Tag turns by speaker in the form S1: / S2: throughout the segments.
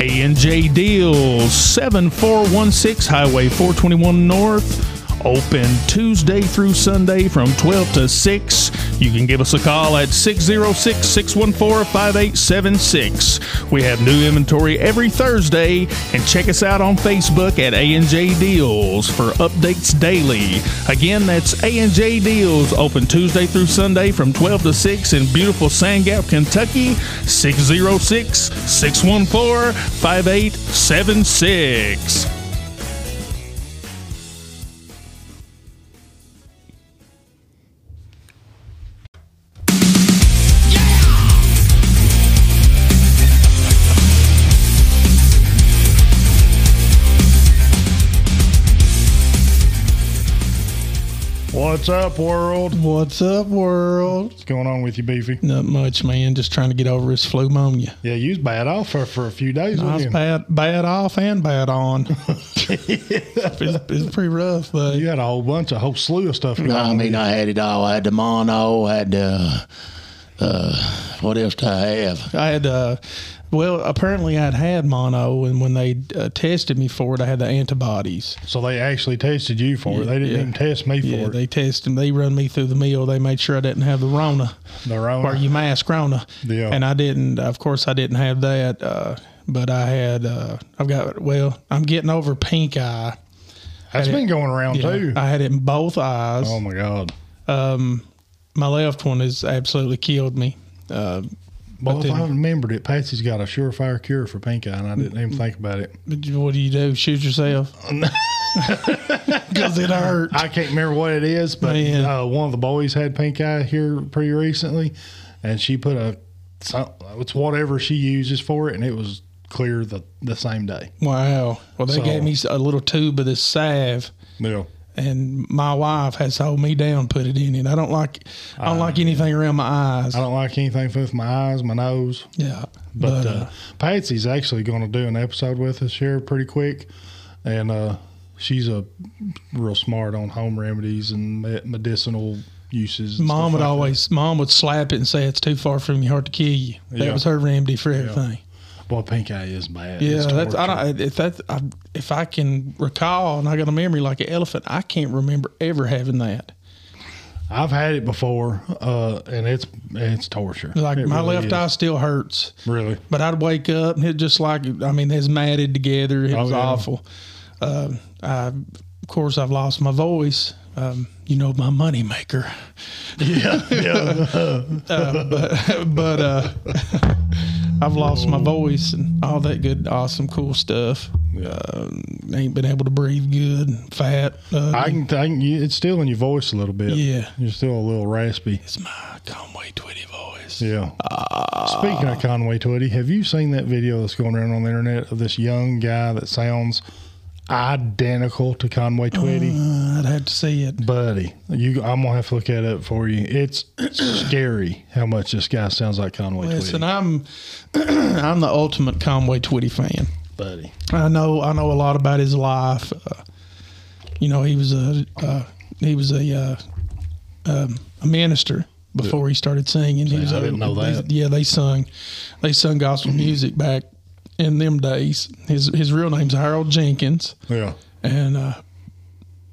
S1: A and J Deals, 7416 Highway 421 North. Open Tuesday through Sunday from 12 to 6. You can give us a call at 606 614 5876. We have new inventory every Thursday and check us out on Facebook at A&J Deals for updates daily. Again, that's A&J Deals open Tuesday through Sunday from 12 to 6 in beautiful Sand Gap, Kentucky, 606-614-5876.
S2: What's up, world?
S3: What's up, world?
S2: What's going on with you, Beefy?
S3: Not much, man. Just trying to get over this pneumonia.
S2: Yeah, you was bad off for, for a few days,
S3: I was
S2: wasn't
S3: bad, bad off and bad on.
S2: you?
S3: it's, it's pretty rough, but
S2: you had a whole bunch, a whole slew of stuff going
S4: I
S2: on.
S4: mean, I had it all. I had the mono. I had the. Uh, what else did I have?
S3: I had, uh, well, apparently I'd had mono, and when they uh, tested me for it, I had the antibodies.
S2: so they actually tested you for it. They didn't
S3: Yeah.
S2: even test me for
S3: Yeah,
S2: it.
S3: they tested me. They run me through the mill. They made sure I didn't have the Rona.
S2: Their own.
S3: or you mask Rona.
S2: Yeah.
S3: And I didn't, of course, I didn't have that. Uh, but I had, uh, I've got, well, I'm getting over pink eye.
S2: That's
S3: had
S2: been
S3: it-
S2: going around
S3: Yeah,
S2: too.
S3: I had it in both eyes. Um,
S2: oh my god,
S3: My left one has absolutely killed me. Uh,
S2: well, if
S3: then-
S2: I remembered it, Patsy's got a surefire cure for pink eye, and I didn't even think about it.
S3: but you- what do you do? Shoot yourself? Because it hurt.
S2: I can't remember what it is, but
S3: Man.
S2: uh, one of the boys had pink eye here pretty recently, and she put a some, it's whatever she uses for it, and it was clear the the same day.
S3: Wow. Well, they
S2: So-
S3: gave me a little tube of this salve.
S2: Yeah.
S3: And my wife has to hold me down, put it in it. I don't like, I don't like anything around my eyes.
S2: Ah, I don't like anything with my eyes, my nose.
S3: Yeah,
S2: But uh, Patsy's actually going to do an episode with us here pretty quick, and uh, she's a real smart on home remedies and me- medicinal uses. and stuff
S3: Mom would
S2: like
S3: always, mom would slap it and say, "It's too far from your heart to kill you." That
S2: Yeah.
S3: was her remedy for everything.
S2: that. Boy, pink eye is bad.
S3: Yeah,
S2: It's
S3: that's I
S2: torture.
S3: don't, if that I, if I can recall, and I got a memory like an elephant, I can't remember ever having that.
S2: I've had it before, uh, and it's it's torture.
S3: Like
S2: It
S3: my
S2: really
S3: left
S2: is.
S3: eye still hurts,
S2: really.
S3: but I'd wake up and it just like I mean, it's matted together. It
S2: Oh,
S3: was
S2: yeah.
S3: awful. Uh, I, of course, I've lost my voice. Um, you know, my money maker.
S2: Yeah, yeah.
S3: Uh, but uh, I've lost my voice and all that good, awesome, cool stuff. Um, ain't been able to breathe good, fat. Uh,
S2: I can. I can. It's still in your voice a little bit.
S3: Yeah.
S2: you're still a little raspy.
S3: it's my Conway Twitty voice.
S2: Yeah. Speaking of Conway Twitty, have you seen that video that's going around on the internet of this young guy that sounds identical to Conway Twitty?
S3: Uh, I'd have to see it.
S2: Buddy, you, I'm gonna have to look that up for you. It's scary how much this guy sounds like Conway
S3: Listen,
S2: Twitty,
S3: I'm I'm the ultimate Conway Twitty fan.
S2: buddy.
S3: I know I know a lot about his life. Uh, you know, he was a uh, he was a uh, um, a minister before he started singing. He was
S2: I
S3: a-
S2: didn't know
S3: they-
S2: that. Mm-hmm.
S3: yeah, they sung they sung gospel music back in them days. His his real name's Harold Jenkins,
S2: Yeah,
S3: and uh,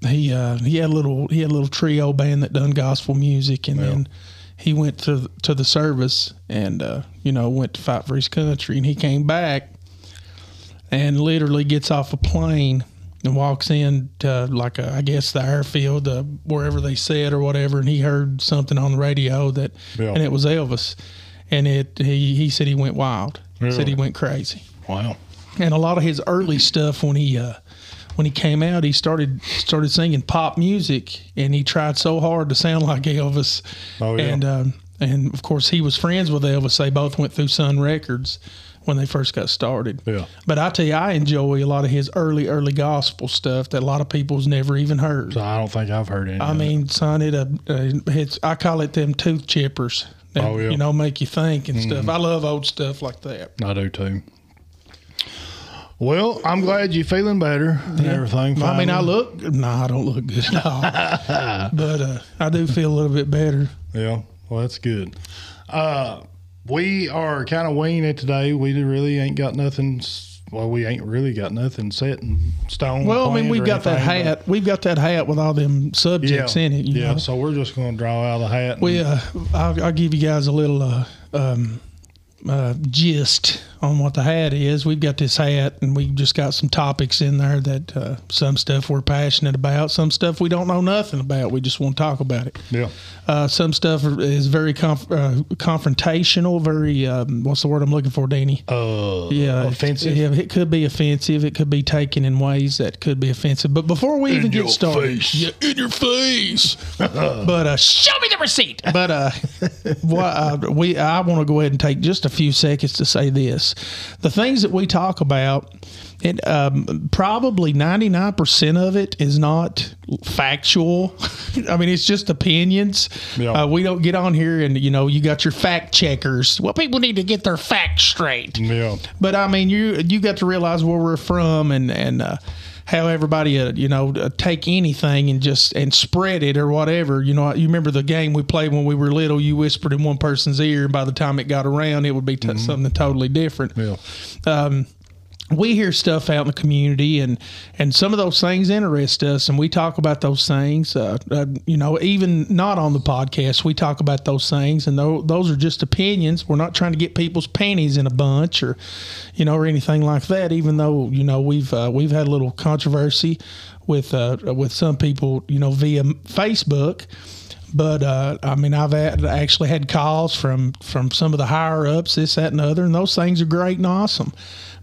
S3: he uh, he had a little he had a little trio band that done gospel music, and then. He went to to the service and uh, you know went to fight for his country, and he came back and literally gets off a plane and walks in to like a, I guess the airfield, uh, wherever they said or whatever, and he heard something on the radio that,
S2: Yeah.
S3: and it was Elvis, and it he he said he went wild, said
S2: Really?
S3: he went crazy,
S2: wow.
S3: and a lot of his early stuff when he uh, when he came out, he started started singing pop music, and he tried so hard to sound like Elvis,
S2: Oh, yeah.
S3: and um, and of course he was friends with Elvis. They both went through Sun Records when they first got started.
S2: Yeah.
S3: But I tell you, I enjoy a lot of his early, early gospel stuff that a lot of people's never even heard.
S2: So I don't think I've heard any.
S3: I
S2: of it.
S3: mean, son, it uh, uh, it's I call it them tooth chippers. That,
S2: Oh, yeah. Mm-hmm.
S3: You know, make you think and stuff. I love old stuff like that.
S2: I do too. Well, I'm glad you're feeling better and everything.
S3: I mean, I
S2: finally.
S3: look no, I don't look good at all, but uh, I do feel a little bit better.
S2: Yeah, well, that's good. Uh, we are kind of winging it today. We really ain't got nothing s- well, we ain't really got nothing set in stone.
S3: Well, I mean,
S2: planned
S3: we've
S2: or
S3: got that
S2: anything,
S3: hat. We've got that hat with all them
S2: but- Yeah,
S3: subjects in it. You
S2: yeah.
S3: Know?
S2: So we're just gonna draw out a hat. and-
S3: We, uh, I'll, I'll give you guys a little uh, um, uh, gist on what the hat is. We've got this hat, and we've just got some topics in there that uh, some stuff we're passionate about, some stuff we don't know nothing about. We just want to talk about it.
S2: yeah,
S3: Uh, some stuff is very conf- uh, confrontational. Very um, what's the word I'm looking for, Danny?
S2: uh,
S3: yeah, it-
S2: offensive.
S3: yeah, it could be offensive. It could be taken in ways that could be offensive. But before we even
S2: your
S3: get started,
S2: face.
S3: Yeah, in your face. but uh, show me the receipt. But uh, why uh, we I want to go ahead and take just a few seconds to say this: the things that we talk about, it um, probably ninety nine percent of it is not factual. I mean, it's just opinions.
S2: Yeah.
S3: Uh, we don't get on here and you know you got your fact checkers. Well, people need to get their facts straight.
S2: Yeah,
S3: But I mean, you you got to realize where we're from and and uh, how everybody uh, you know uh, take anything and just and spread it or whatever. You know, you remember the game we played when we were little. You whispered in one person's ear, and by the time it got around, it would be t- something totally different
S2: yeah,
S3: we hear stuff out in the community and and some of those things interest us and we talk about those things uh, uh, you know even not on the podcast we talk about those things and tho- those are just opinions we're not trying to get people's panties in a bunch or you know or anything like that even though you know we've uh, we've had a little controversy with uh, with some people you know via Facebook but uh, I mean, I've had, actually had calls from from some of the higher ups, this, that, and the other, and those things are great and awesome.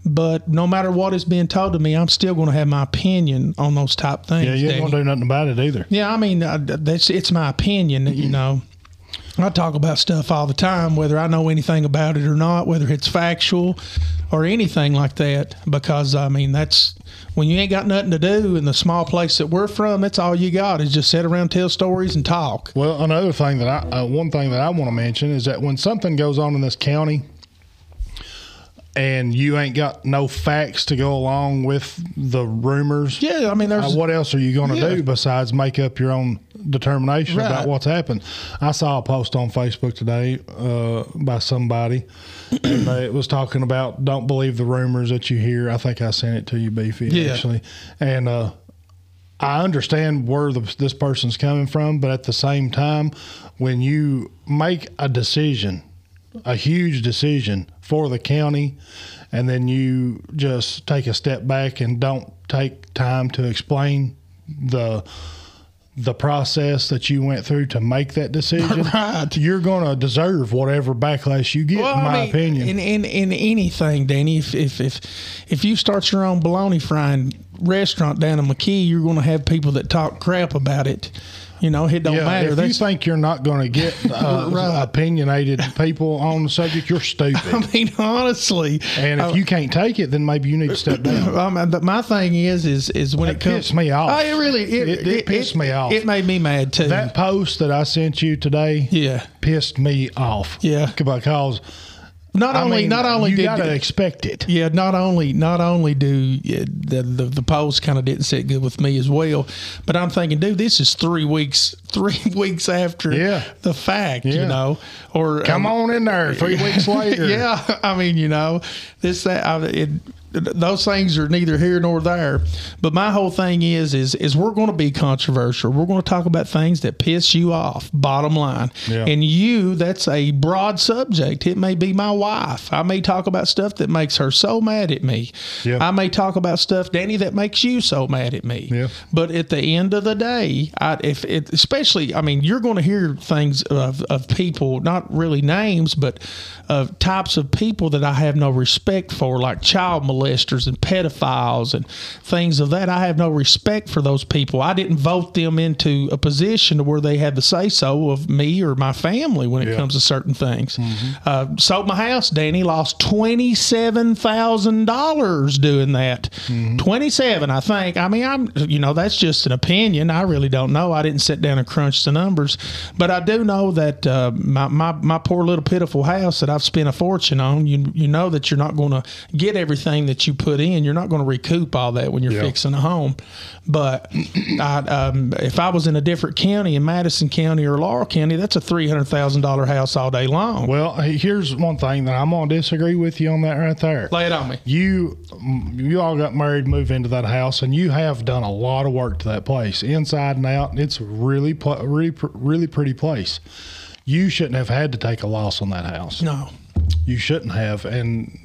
S3: But no matter what is being told to me, I'm still going to have my opinion on those type things.
S2: yeah. You ain't gonna
S3: Danny.
S2: do Mm-hmm. nothing about it either.
S3: Yeah, I mean, uh, that's it's my opinion. You know, I talk about stuff all the time, whether I know anything about it or not, whether it's factual or anything like that. Because I mean, that's when you ain't got nothing to do in the small place that we're from. That's all you got is just sit around, tell stories, and talk.
S2: Well, another thing that I uh, one thing that I want to mention is that when something goes on in this county and you ain't got no facts to go along with the rumors,
S3: Yeah, I mean,
S2: uh,
S3: there's
S2: what else are you going to
S3: Yeah.
S2: do besides make up your own determination
S3: Right.
S2: about what's happened? I saw a post on Facebook today uh, by somebody, and they- it was talking about don't believe the rumors that you hear. I think I sent it to you, Beefy,
S3: Yeah.
S2: actually, and. uh I understand where the, this person's coming from, but at the same time, when you make a decision, a huge decision for the county, and then you just take a step back and don't take time to explain the the process that you went through to make that decision,
S3: Right.
S2: you're going to deserve whatever backlash you get, in my
S3: mean,
S2: opinion.
S3: In, in in anything, Danny, if if if if you start your own bologna frying restaurant down in McKee, you're going to have people that talk crap about it. You know, it don't
S2: yeah,
S3: matter.
S2: if
S3: That's
S2: you think you're not going to get uh,
S3: Right.
S2: opinionated people on the subject, you're stupid.
S3: I mean, honestly,
S2: And if
S3: Oh.
S2: you can't take it, then maybe you need to step down.
S3: I mean, but my thing is, is, is when
S2: That
S3: it comes
S2: pissed me off.
S3: Oh, it really, it,
S2: It- it pissed me off.
S3: It made me mad too.
S2: That post that I sent you today
S3: yeah,
S2: pissed me off.
S3: Yeah.
S2: because
S3: not
S2: I
S3: only,
S2: mean,
S3: not only
S2: you
S3: did
S2: gotta expect it.
S3: Yeah, not only not only do uh, the the, the polls kind of didn't sit good with me as well, but I'm thinking, dude, this is three weeks three weeks after
S2: Yeah.
S3: the fact,
S2: Yeah.
S3: you know, or
S2: Come
S3: um,
S2: on in there. Three weeks later,
S3: yeah, I mean, you know, this that I, it, those things are neither here nor there. But my whole thing is is is we're going to be controversial. We're going to talk about things that piss you off. Bottom line,
S2: Yeah.
S3: and you that's a broad subject. It may be my wife. I may talk about stuff that makes her so mad at me.
S2: Yeah.
S3: I may talk about stuff, Danny, that makes you so mad at me.
S2: Yeah.
S3: But at the end of the day, I, if it, especially, I mean, you're going to hear things of, of people, not really names, but of types of people that I have no respect for, like child molesters and pedophiles and things of that. I have no respect for those people. I didn't vote them into a position to where they had the say so of me or my family when it
S2: Yeah.
S3: comes to certain things. Uh, sold my house, Danny, lost $27,000 doing that. 27, I think. I mean, I'm, you know, that's just an opinion. I really don't know. I didn't sit down and crunch the numbers, but I do know that uh, my, my, my poor little pitiful house that I've spent a fortune on, you, you know that you're not going to get everything that that you put in, you're not going to recoup all that when you're
S2: Yeah.
S3: fixing a home. But I, um, if I was in a different county, in Madison County or Laurel County, that's a three hundred thousand dollar house all day long.
S2: Well, he- here's one thing that I'm gonna disagree with you on that right there.
S3: Lay it on me.
S2: you mm, you all got married, moved into that house, and you have done a lot of work to that place, inside and out. It's a really, pl- really, pr- really pretty place. You shouldn't have had to take a loss on that house.
S3: No,
S2: You shouldn't have, and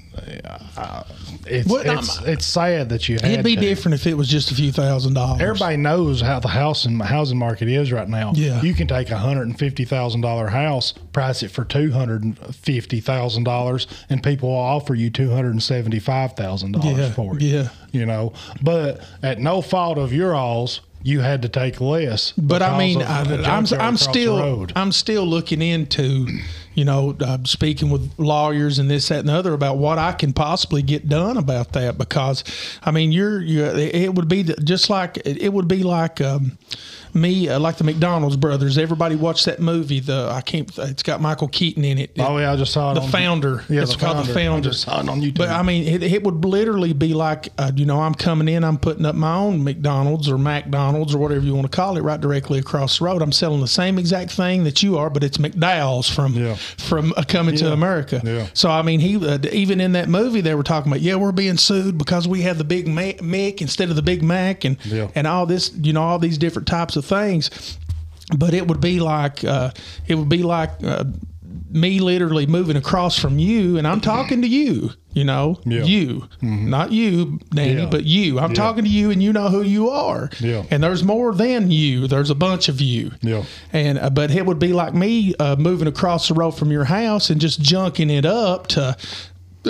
S2: uh, it's
S3: What-
S2: it's, it's sad that you had.
S3: it'd be
S2: to.
S3: different if it was just a few thousand dollars.
S2: Everybody knows how the house and housing market is right now.
S3: Yeah.
S2: you can take a hundred and fifty thousand dollar house, price it for two hundred and fifty thousand dollars, and people will offer you two hundred and seventy five thousand
S3: Yeah,
S2: dollars for it.
S3: yeah.
S2: you know, but at no fault of your all's, you had to take less.
S3: But I
S2: because
S3: mean,
S2: of
S3: I,
S2: a
S3: I'm
S2: junkyard
S3: I'm
S2: across the
S3: still
S2: road.
S3: I'm still looking into, you know, uh, speaking with lawyers and this that and the other about what I can possibly get done about that because, I mean, you're you it would be the- just like it would be like um, me uh, like the McDonald's brothers. Everybody watched that movie. The I can't. It's got Michael Keaton in it.
S2: Oh yeah, I just saw it.
S3: The
S2: on,
S3: founder.
S2: Yeah,
S3: it's called the founder.
S2: I just saw it on YouTube.
S3: But I mean, it, it would literally be like, uh, you know, I'm coming in, I'm putting up my own McDonald's or McDonald's or whatever you want to call it, right directly across the road. I'm selling the same exact thing that you are, but it's McDowell's from
S2: Yeah.
S3: from uh, coming to
S2: Yeah.
S3: America.
S2: Yeah.
S3: So I mean, he uh, even in that movie they were talking about, yeah, we're being sued because we have the Big Mac, Mick instead of the Big Mac, and
S2: Yeah.
S3: and all this, you know, all these different types of things. But it would be like uh, it would be like. Uh, me literally moving across from you and I'm talking to you, you know,
S2: Yeah. Mm-hmm.
S3: you, not you, Danny,
S2: Yeah.
S3: but you. I'm talking to you and you know who you are.
S2: Yeah.
S3: And there's more than you. There's a bunch of you.
S2: Yeah.
S3: And uh, but it would be like me uh, moving across the road from your house and just junking it up to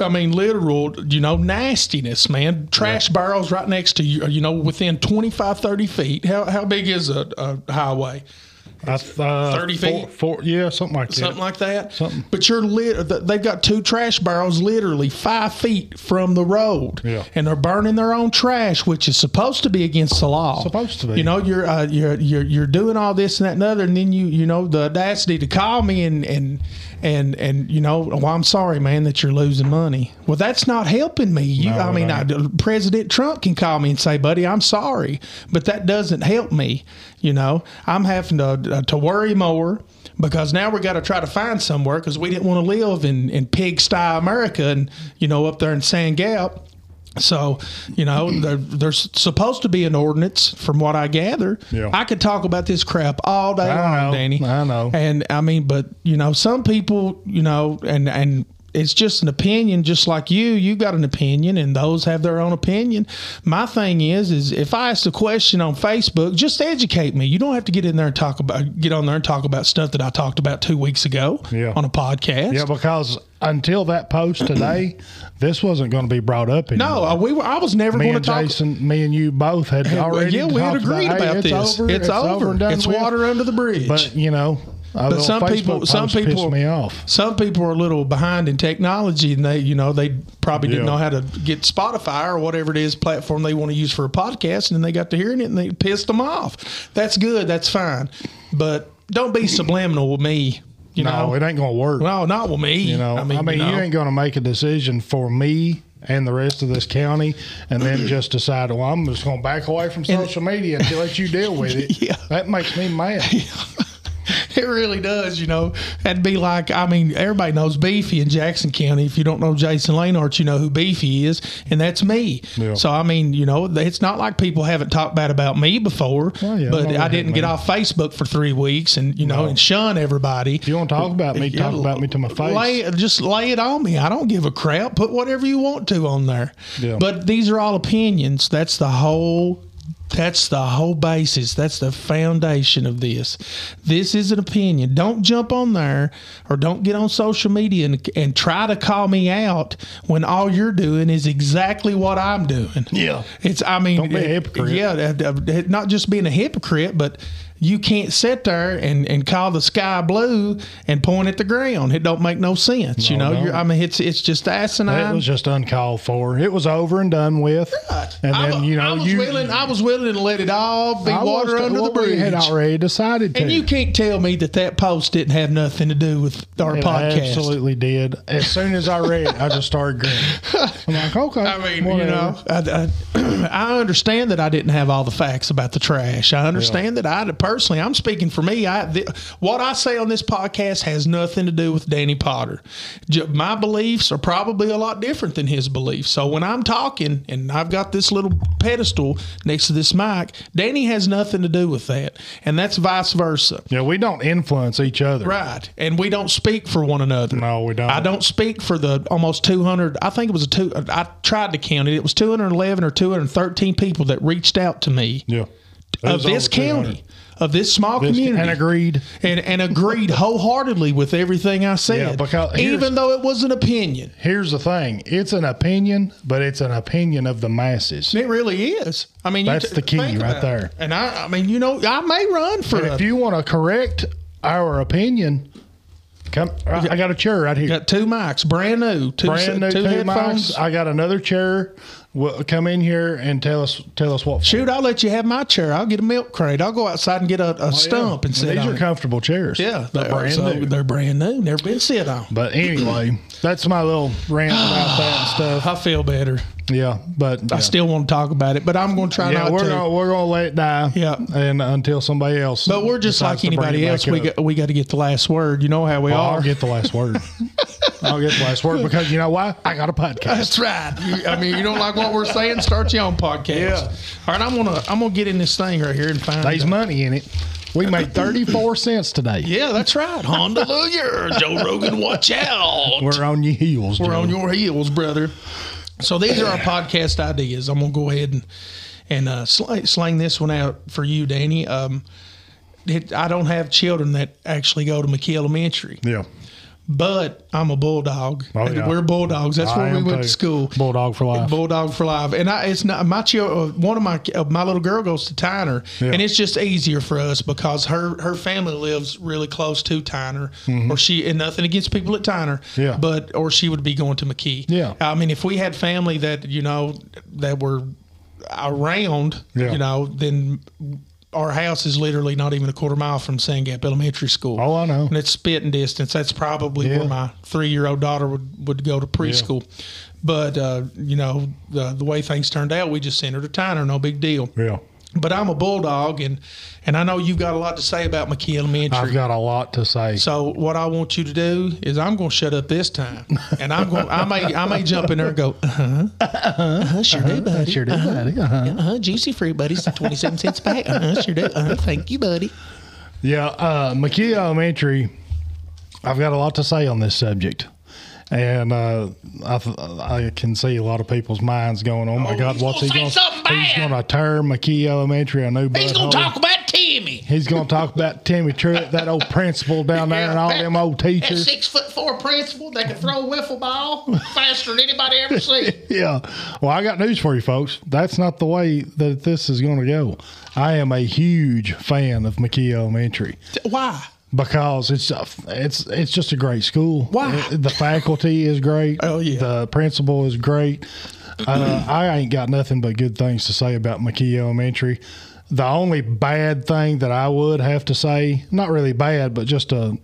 S3: I mean, literal, you know, nastiness, man. Trash barrels right next to you, you know, within 25, 30 feet. How, how big is a, a highway?
S2: I, uh,
S3: 30
S2: four-
S3: feet?
S2: four- yeah, something like that.
S3: something like that.
S2: Something.
S3: But you're lit. th- They've got two trash barrels literally five feet from the road.
S2: Yeah.
S3: And they're burning their own trash, which is supposed to be against the law.
S2: Supposed to be.
S3: You know, you're uh, you're you're you're doing all this and that and other, and then you you know the audacity to call me and and and and you know, well, I'm sorry, man, that you're losing money. Well, that's not helping me. You,
S2: No,
S3: I
S2: it
S3: mean,
S2: ain't.
S3: I, President Trump can call me and say, "Buddy, I'm sorry, but that doesn't help me." You know, I'm having to to worry more because now we got to try to find somewhere because we didn't want to live in in pigsty America and you know up there in Sand Gap. So, you know, there, there's supposed to be an ordinance, from what I gather.
S2: Yeah.
S3: I could talk about this crap all day
S2: I
S3: long,
S2: know,
S3: Danny.
S2: I know.
S3: And I mean, but you know, some people, you know, and and it's just an opinion, just like you. You got an opinion, and those have their own opinion. My thing is, is if I ask a question on Facebook, just educate me. You don't have to get in there and talk about get on there and talk about stuff that I talked about two weeks ago
S2: Yeah.
S3: on a podcast.
S2: Yeah, because until that post today, this wasn't going to be brought up. Anymore.
S3: No, uh, we were. I was never
S2: me
S3: going to
S2: and
S3: talk.
S2: Jason, me and you both had already.
S3: yeah, we had
S2: talked
S3: agreed
S2: hey,
S3: about
S2: it's
S3: this.
S2: Over,
S3: It's over.
S2: and done
S3: It's
S2: with.
S3: water under the bridge.
S2: But you know,
S3: But some people, some people,
S2: piss me off.
S3: some people are a little behind in technology, and they, you know, they probably didn't
S2: Yeah.
S3: know how to get Spotify or whatever it is platform they want to use for a podcast, and then they got to hearing it and they pissed them off. That's good. That's fine. But don't be subliminal with me. You
S2: no,
S3: know,
S2: it ain't going to work.
S3: no, not with me.
S2: you know, I mean, you,
S3: know.
S2: ain't going to make a decision for me and the rest of this county, and then just decide, well, I'm just going to back away from social media to let you deal with it.
S3: Yeah.
S2: That makes me mad.
S3: It really does, you know. That'd be like, I mean, everybody knows Beefy in Jackson County. If you don't know Jason Lanart, you know who Beefy is, and that's me.
S2: Yeah.
S3: So, I mean, you know, it's not like people haven't talked bad about me before,
S2: Well, yeah,
S3: but
S2: no,
S3: I
S2: they
S3: didn't get
S2: haven't.
S3: off Facebook for three weeks and, you know, and shun everybody.
S2: If you want to talk about me, talk
S3: Yeah,
S2: about me to my face.
S3: Lay, just lay it on me. I don't give a crap. Put whatever you want to on there.
S2: Yeah.
S3: But these are all opinions. That's the whole. That's the whole basis. That's the foundation of this. This is an opinion. Don't jump on there or don't get on social media and, and try to call me out when all you're doing is exactly what I'm doing.
S2: Yeah.
S3: It's, I mean,
S2: Don't be a hypocrite.
S3: Yeah, uh, uh, not just being a hypocrite, but You can't sit there and, and call the sky blue and point at the ground. It don't make no sense. you
S2: No,
S3: know,
S2: no.
S3: You're, I mean, it's it's just asinine.
S2: It was just uncalled for. It was over and done with. And
S3: I
S2: then
S3: wa-
S2: you
S3: I
S2: know
S3: was
S2: you
S3: willing. I was willing to let it all be
S2: I was
S3: water
S2: to-
S3: under the
S2: well, we
S3: bridge.
S2: had already decided to.
S3: and you can't tell me that that post didn't have nothing to do with our
S2: It
S3: podcast.
S2: absolutely did. As soon as I read, it, I just started grinning. I'm like, okay.
S3: I mean, you know, I, I, I understand that I didn't have all the facts about the trash. I understand that I personally, I'm speaking for me. I th- what I say on this podcast has nothing to do with Danny Potter. J- my beliefs are probably a lot different than his beliefs. So when I'm talking and I've got this little pedestal next to this mic, Danny has nothing to do with that, and that's vice versa.
S2: Yeah, we don't influence each other.
S3: Right. And we don't speak for one another.
S2: No, we don't.
S3: I don't speak for the almost 200. I think it was a two. I tried to count it. It was 211 or 213 people that reached out to me
S2: Yeah. It
S3: of
S2: was
S3: this
S2: over 200.
S3: county, of this small
S2: This-
S3: community.
S2: and agreed.
S3: And, and agreed wholeheartedly with everything I
S2: Yeah,
S3: said,
S2: because here's-
S3: even though it was an opinion.
S2: Here's the thing: it's an opinion, but it's an opinion of the masses.
S3: It really is. I mean, you
S2: That's the key
S3: think
S2: right
S3: about it.
S2: there.
S3: And I, I mean, you know, I may run for
S2: But
S3: a
S2: if you want to correct our opinion, come. I I got a chair right here.
S3: got two mics, brand new, two,
S2: Brand new
S3: two
S2: two
S3: headphones.
S2: mics. I got another chair. Well, come in here and tell us tell us what.
S3: Shoot, I'll let you have my chair. I'll get a milk crate. I'll go outside and get a, a stump and sit
S2: These
S3: on.
S2: are
S3: it.
S2: comfortable chairs.
S3: yeah,
S2: they're
S3: they are.
S2: brand
S3: So
S2: new.
S3: They're brand new. Never been sit on.
S2: But anyway, that's my little rant about that and stuff.
S3: I feel better.
S2: Yeah, but yeah,
S3: I still want to talk about it, but I'm going to try
S2: yeah
S3: not
S2: we're
S3: to.
S2: gonna we're gonna let it die.
S3: Yeah.
S2: and until somebody else.
S3: but we're just
S2: decides
S3: like
S2: to bring
S3: anybody
S2: it
S3: else.
S2: back
S3: We
S2: up.
S3: got we got to get the last word. You know how we
S2: Well,
S3: are.
S2: I'll get the last word. I'll get the last word because you know why? I got a podcast.
S3: That's right. You, I mean, you don't like what we're saying? Start your own podcast.
S2: Yeah.
S3: All right, I'm gonna I'm gonna get in this thing right here and find.
S2: There's money in it. We made thirty four cents today.
S3: yeah, that's right. Hallelujah, Joe Rogan. Watch out.
S2: We're on your heels.
S3: We're
S2: Joe.
S3: on your heels, brother. So these are our podcast ideas. I'm gonna go ahead and and uh, sl- slang this one out for you, Danny. Um, it, I don't have children that actually go to McKee Elementary,
S2: yeah.
S3: but I'm a bulldog.
S2: Oh,
S3: And
S2: yeah.
S3: We're bulldogs. That's
S2: I
S3: where we
S2: am
S3: went
S2: too.
S3: to school.
S2: Bulldog for life.
S3: Bulldog for life, and I, it's not my child. One of my uh, my little girl goes to Tyner,
S2: Yeah.
S3: and it's just easier for us because her her family lives really close to Tyner, or she and nothing against people at Tyner,
S2: Mm-hmm. Yeah.
S3: but or she would be going to McKee.
S2: Yeah.
S3: I mean, if we had family that you know that were around,
S2: Yeah.
S3: you know, then our house is literally not even a quarter mile from Sand Gap Elementary School.
S2: Oh, I know.
S3: and it's spitting distance. That's probably
S2: Yeah.
S3: where my three year old daughter would, would go to preschool. But, uh, you know, the, the way things turned out, we just sent her to Tyner, no big deal.
S2: Yeah.
S3: But I'm a bulldog, and, and I know you've got a lot to say about McKee Elementary.
S2: I've got a lot to say.
S3: so what I want you to do is I'm going to shut up this time, and I'm going I may I may jump in there and go uh huh uh huh sure do buddy
S2: Uh-huh, Sure did, buddy. Uh-huh.
S3: uh huh juicy fruit buddies twenty seven cents back uh huh sure do uh huh thank you buddy
S2: Yeah, uh, McKee Elementary. I've got a lot to say on this subject, and uh, I, th- I can see a lot of people's minds going, "Oh my God, what's he
S5: gonna
S2: going?
S5: say something
S2: He's
S5: bad.
S2: going to tear McKee Elementary a new
S5: He's gonna
S2: butthole.
S5: talk about Timmy.
S2: He's going to talk about Timmy Truett, that old principal down there, and all them old
S5: That
S2: teachers.
S5: six foot four principal that can throw a wiffle ball faster than anybody ever seen.
S2: Yeah. Well, I got news for you, folks. That's not the way that this is going to go. I am a huge fan of McKee Elementary.
S3: why
S2: because it's a, it's it's just a great school.
S3: Why?
S2: It- the faculty is great.
S3: Oh, yeah.
S2: the principal is great. Uh, I ain't got nothing but good things to say about McKee Elementary. The only bad thing that I would have to say, not really bad, but just a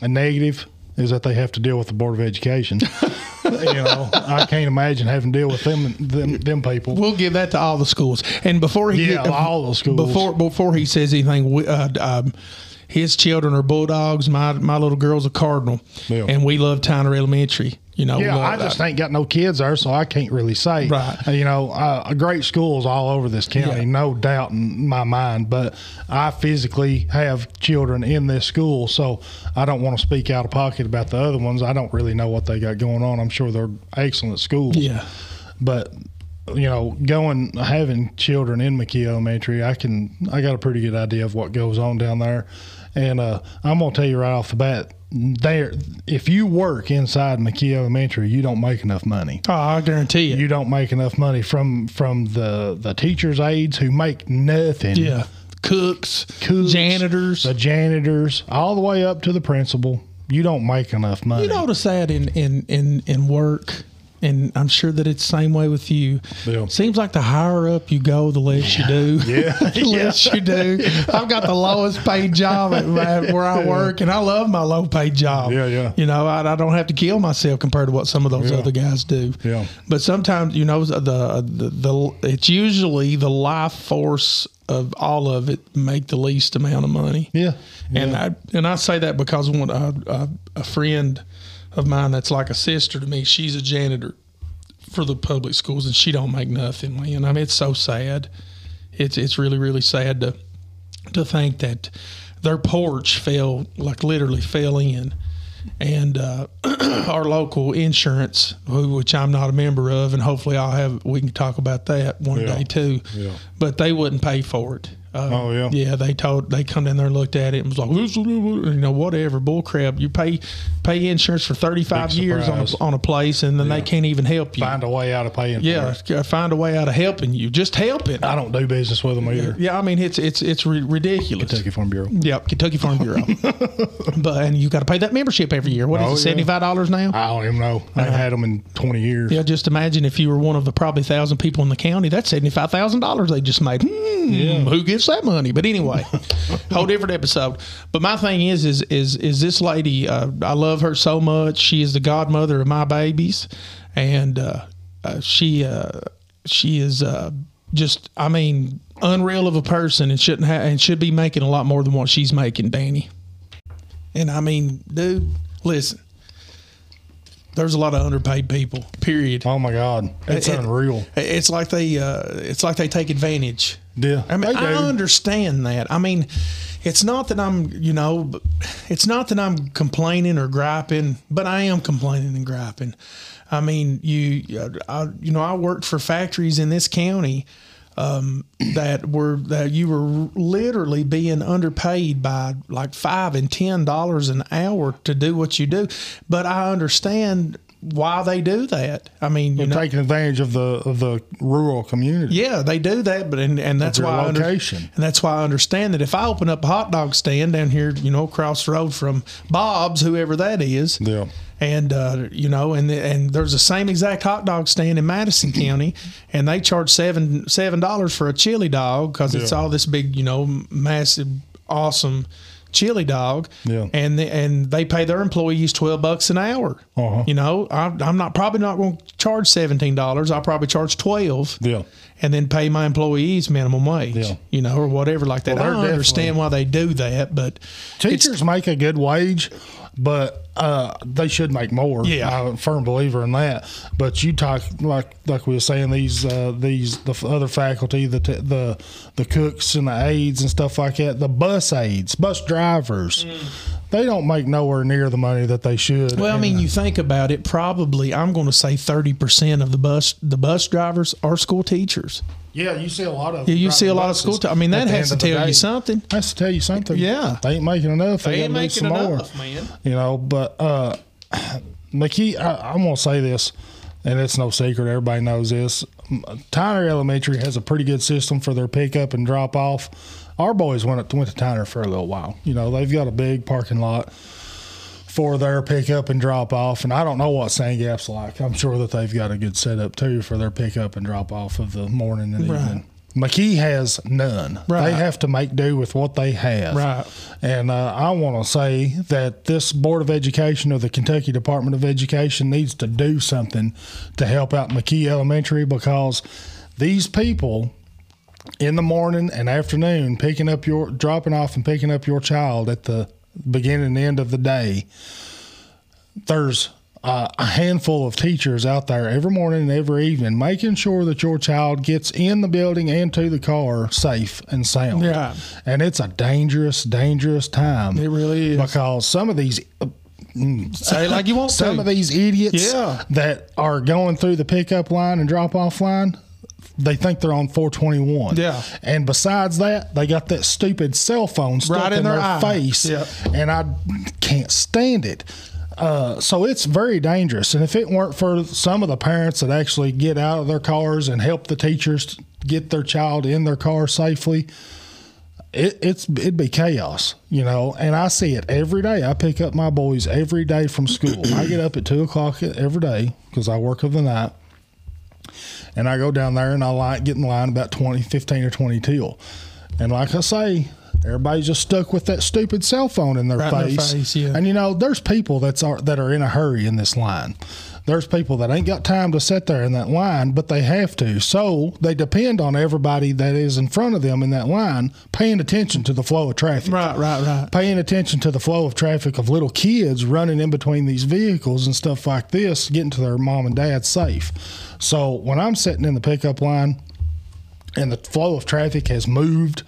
S2: a negative, is that they have to deal with the Board of Education. you know, I can't imagine having to deal with them them them people.
S3: We'll give that to all the schools. And before he
S2: Yeah, all the schools.
S3: before before he says anything, we, uh, um, his children are bulldogs. My my little girl's a cardinal,
S2: Yeah.
S3: and we love Tyner Elementary. You know,
S2: Yeah,
S3: we
S2: I
S3: love- uh,
S2: just ain't got no kids there, so I can't really say.
S3: Right.
S2: Uh, You know, uh, a great schools all over this county,
S3: Yeah.
S2: no doubt in my mind. But I physically have children in this school, so I don't want to speak out of pocket about the other ones. I don't really know what they got going on. I'm sure they're excellent schools.
S3: yeah.
S2: But you know, going having children in McKee Elementary, I can I got a pretty good idea of what goes on down there, and uh, I'm gonna tell you right off the bat, there if you work inside McKee Elementary, you don't make enough money.
S3: Oh, I guarantee it.
S2: You don't make enough money from from the the teachers' aides who make nothing.
S3: yeah. cooks,
S2: Cooks,
S3: janitors.
S2: the janitors, all the way up to the principal. You don't make enough money.
S3: You notice that in in in in work, and I'm sure that it's same way with you.
S2: Yeah.
S3: Seems like the higher up you go, the less you do.
S2: Yeah.
S3: the less you do. I've got the lowest paid job at my, where I work, and I love my low paid job.
S2: Yeah, yeah.
S3: You know, I, I don't have to kill myself compared to what some of those
S2: Yeah.
S3: other guys do.
S2: Yeah.
S3: But sometimes, you know, the, the the it's usually the life force of all of it make the least amount of money.
S2: yeah.
S3: And I and I say that because one a, a, a friend of mine that's like a sister to me, she's a janitor for the public schools, and she don't make nothing. Man, I mean it's so sad. It's it's really really sad to to think that their porch fell like literally fell in, and uh, our local insurance, who, which I'm not a member of, and hopefully I'll have we can talk about that one
S2: Yeah.
S3: day too.
S2: Yeah.
S3: But they wouldn't pay for it. Uh,
S2: Oh, yeah.
S3: yeah, they told they come down there and looked at it and was like, "This is- you know, whatever bullcrap. You pay pay insurance for thirty five
S2: Big
S3: years on
S2: surprise.
S3: a, on a place, and then they can't even help you.
S2: Find a way out of paying for
S3: yeah,
S2: it.
S3: find a way out of helping you. Just helping.
S2: I don't do business with them either.
S3: Yeah, I mean it's it's it's ri- ridiculous.
S2: Kentucky Farm Bureau.
S3: Yep, Kentucky Farm Bureau. but and you got to pay that membership every year. What is
S2: Oh,
S3: it,
S2: yeah.
S3: seventy five dollars now?
S2: I don't even know. I ain't had them in 20 years.
S3: Uh-huh. yeah, just imagine if you were one of the probably thousand people in the county. That's seventy five thousand dollars they just made. Hmm, Who gets that money? But anyway, whole different episode. But my thing is, is is is this lady? Uh, I love her so much. She is the godmother of my babies, and uh, uh, she uh, she is uh, just. I mean, unreal of a person, and shouldn't ha- and should be making a lot more than what she's making, Danny. And I mean, dude, listen. There's a lot of underpaid people. Period.
S2: Oh my God. It's
S3: It-
S2: unreal.
S3: It's like they uh, it's like they take advantage.
S2: Yeah.
S3: I mean,
S2: They
S3: I
S2: do.
S3: understand that. I mean, it's not that I'm, you know, b- it's not that I'm complaining or griping, but I am complaining and griping. I mean, you, I, you know, I worked for factories in this county um, that were that you were literally being underpaid by like five and ten dollars an hour to do what you do. But I understand why they do that. I mean, you know,
S2: Taking advantage of the of the rural community.
S3: yeah, they do that, but and, and that's
S2: your
S3: why I under-
S2: location.
S3: and that's why I understand that if I open up a hot dog stand down here, you know, across the road from Bob's, whoever that is,
S2: Yeah.
S3: and uh, you know, and and there's the same exact hot dog stand in Madison County, and they charge seven seven dollars for a chili dog because it's
S2: Yeah.
S3: all this big, you know, massive, awesome chili dog,
S2: Yeah.
S3: and the, and they pay their employees twelve bucks an hour.
S2: Uh-huh.
S3: You know, I, I'm not probably not going to charge seventeen dollars. I'll probably charge twelve
S2: Yeah.
S3: and then pay my employees minimum wage,
S2: Yeah.
S3: you know, or whatever like that.
S2: Well,
S3: I
S2: they're
S3: don't understand why they do that, but
S2: Teachers make a good wage, but uh, they should make more.
S3: Yeah.
S2: I'm a firm believer in that. But you talk like like we were saying these uh, these the f- other faculty the t- the the cooks and the aides and stuff like that. The bus aides, bus drivers, they don't make nowhere near the money that they should.
S3: Mm. well, I mean, you think about it. Probably, I'm going to say 30 percent of the bus the bus drivers are school teachers.
S2: yeah, you see a lot of
S3: Yeah, you see a
S2: driving
S3: lot of
S2: buses
S3: school. Te- I mean,
S2: at
S3: that
S2: the
S3: has
S2: end
S3: to
S2: of the
S3: tell
S2: day.
S3: you something.
S2: Has to tell you something.
S3: Yeah.
S2: they ain't making enough. They, ain't making some more.
S3: man.
S2: you know. But uh, McKee, I, I'm gonna say this, and it's no secret. Everybody knows this. M- Tyner Elementary has a pretty good system for their pickup and drop off. Our boys went up, went to Tyner for a little while. You know, they've got a big parking lot for their pickup and drop off. And I don't know what Sand Gap's like. I'm sure that they've got a good setup too for their pickup and drop off of the morning and
S3: Right.
S2: evening. McKee has none.
S3: Right.
S2: They have to make do with what they have.
S3: Right.
S2: And uh, I want to say that this Board of Education or the Kentucky Department of Education needs to do something to help out McKee Elementary because these people in the morning and afternoon picking up your dropping off and picking up your child at the beginning and end of the day there's uh, a handful of teachers out there every morning and every evening making sure that your child gets in the building and to the car safe and sound.
S3: Yeah.
S2: And it's a dangerous, dangerous time.
S3: It really is.
S2: Because some of these
S3: Say it like you want
S2: some
S3: to.
S2: of these idiots
S3: Yeah.
S2: that are going through the pickup line and drop off line, they think they're on 421.
S3: Yeah.
S2: And besides that, they got that stupid cell phone stuck
S3: Right
S2: in,
S3: in
S2: their,
S3: their eye.
S2: face.
S3: Yep.
S2: And I can't stand it. Uh, so it's very dangerous. And if it weren't for some of the parents that actually get out of their cars and help the teachers get their child in their car safely, it, it's it'd be chaos, you know. And I see it every day. I pick up my boys every day from school. I get up at two o'clock every day because I work of the night, and I go down there and I like get in line about 20, 15 or twenty till, and like I say. Everybody's just stuck with that stupid cell phone in their
S3: Right in their
S2: face,
S3: face, yeah.
S2: and you know there's people that's are, that are in a hurry in this line. There's people that ain't got time to sit there in that line, but they have to, so they depend on everybody that is in front of them in that line paying attention to the flow of traffic.
S3: Right, right, right.
S2: Paying attention to the flow of traffic of little kids running in between these vehicles and stuff like this, getting to their mom and dad safe. So when I'm sitting in the pickup line, and the flow of traffic has moved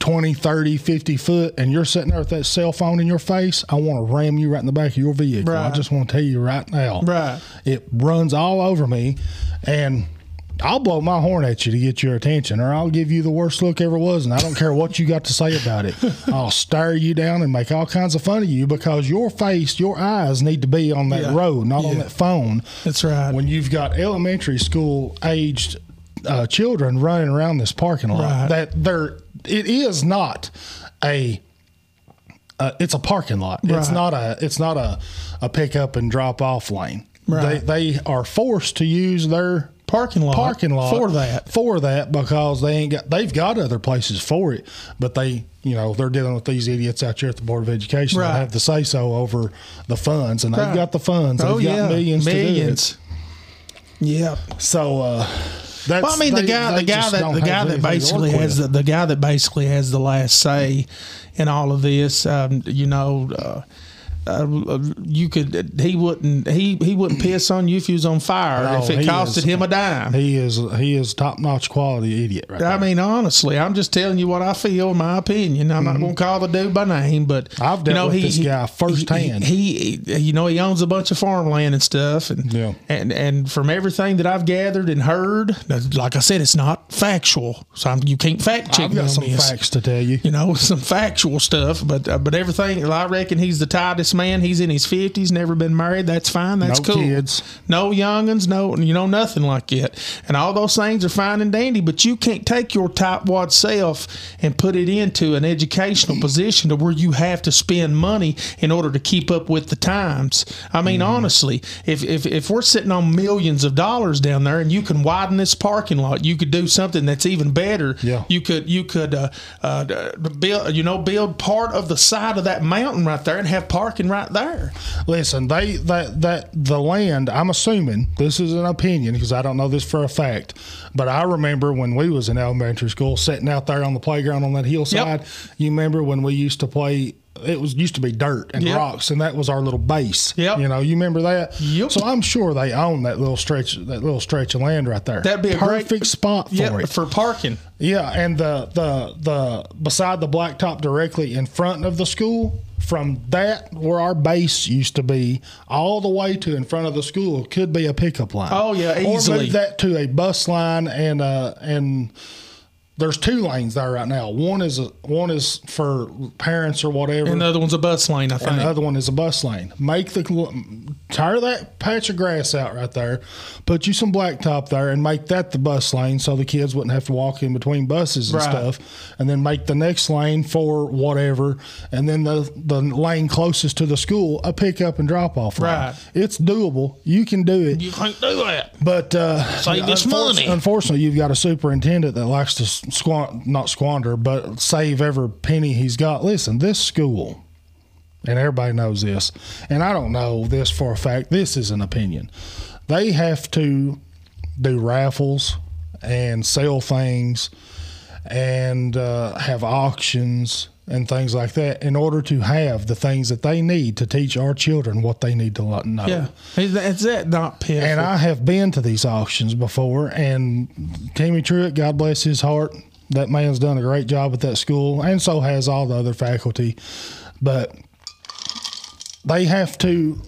S2: 20, 30, 50 foot, and you're sitting there with that cell phone in your face, I want to ram you right in the back of your vehicle. I
S3: Right.
S2: just want to tell you right now.
S3: Right.
S2: It runs all over me, and I'll blow my horn at you to get your attention, or I'll give you the worst look ever was, and I don't care what you got to say about it. I'll stare you down and make all kinds of fun of you because your face, your eyes need to be on that
S3: Yeah.
S2: road, not on
S3: Yeah.
S2: that phone
S3: That's right.
S2: when you've got elementary school aged uh, children running around this parking lot
S3: Right.
S2: that there it is not a uh, it's a parking lot it's
S3: Right.
S2: not a it's not a, a pick up and drop off lane
S3: Right.
S2: they, they are forced to use their
S3: parking lot.
S2: parking lot
S3: for that.
S2: for that because they ain't got they've got other places for it but they you know they're dealing with these idiots out here at the board of education
S3: Right.
S2: that have the say so over the funds and
S3: Right.
S2: they've got the funds
S3: Oh
S2: they've
S3: yeah,
S2: got millions, to do it.
S3: millions. Yeah.
S2: So, uh, that's,
S3: Well, I mean, the
S2: they-
S3: guy,
S2: they
S3: the guy
S2: just
S3: that
S2: don't
S3: the
S2: have
S3: guy that
S2: anything to work
S3: basically has
S2: with.
S3: the, the guy that basically has the last say in all of this. Um, you know, uh, uh, you could he wouldn't he he wouldn't piss on you if you was on fire
S2: No,
S3: if it
S2: he
S3: costed
S2: is-
S3: him a dime.
S2: he is he is top notch quality idiot. Right
S3: I
S2: there.
S3: mean, honestly, I'm just telling you what I feel, my opinion. I'm not going to call the dude by name, but
S2: Mm-hmm. I've dealt
S3: you know,
S2: with
S3: he,
S2: this
S3: he-
S2: guy firsthand.
S3: He, he- you know, he owns a bunch of farmland and stuff, and
S2: Yeah.
S3: and and from everything that I've gathered and heard, like I said, it's not factual, so I'm, you can't fact check
S2: I've
S3: me on
S2: got some
S3: this.
S2: facts to tell you.
S3: You know, some factual stuff, but uh, but everything. I reckon he's the tightest man. He's in his fifties, never been married. That's fine. That's
S2: No
S3: cool.
S2: kids.
S3: No youngins, no, you know, nothing like it. And all those things are fine and dandy, but you can't take your type wad self and put it into an educational position to where you have to spend money in order to keep up with the times. I
S2: Mm-hmm.
S3: mean, honestly, if, if, if we're sitting on millions of dollars down there and you can widen this parking lot, you could do something that's even better.
S2: Yeah.
S3: You could, you could, uh, uh, d- build, you know, build part of the side of that mountain right there and have parking right there.
S2: Listen, they that that the land. I'm assuming this is an opinion because I don't know this for a fact, but I remember when we was in elementary school, sitting out there on the playground on that hillside. You remember when we used to play? It was used to be dirt and
S3: Yep.
S2: rocks, and that was our little base.
S3: Yep.
S2: you know, you remember that.
S3: Yep.
S2: So I'm sure they own that little stretch, that little stretch of land right there.
S3: That'd be a great-
S2: perfect spot for
S3: Yeah.
S2: it.
S3: For parking.
S2: Yeah, and the the the beside the blacktop directly in front of the school, from that where our base used to be, all the way to in front of the school could be a pickup line.
S3: Oh, yeah,
S2: Or
S3: easily.
S2: move that to a bus line and uh and there's two lanes there right now. One is one is for parents or whatever.
S3: And the other one's a bus lane, I think.
S2: And the other one is a bus lane. Make the tire that patch of grass out right there, put you some blacktop there, and make that the bus lane so the kids wouldn't have to walk in between buses and
S3: Right.
S2: stuff. And then make the next lane for whatever, and then the the lane closest to the school a pickup and drop off.
S3: Right.
S2: it's doable. You can do it.
S5: You can't do that.
S2: But uh,
S5: Save this
S2: unfortunately-
S5: money.
S2: Unfortunately, you've got a superintendent that likes to squan not squander, but save every penny he's got. Listen, this school, and everybody knows this, and I don't know this for a fact. This is an opinion. They have to do raffles and sell things and uh, have auctions and things like that in order to have the things that they need to teach our children what they need to lo- know.
S3: Yeah, Is that- is that not pitiful?
S2: And I have been to these auctions before, and Timmy Truitt, God bless his heart, that man's done a great job at that school, and so has all the other faculty. But they have to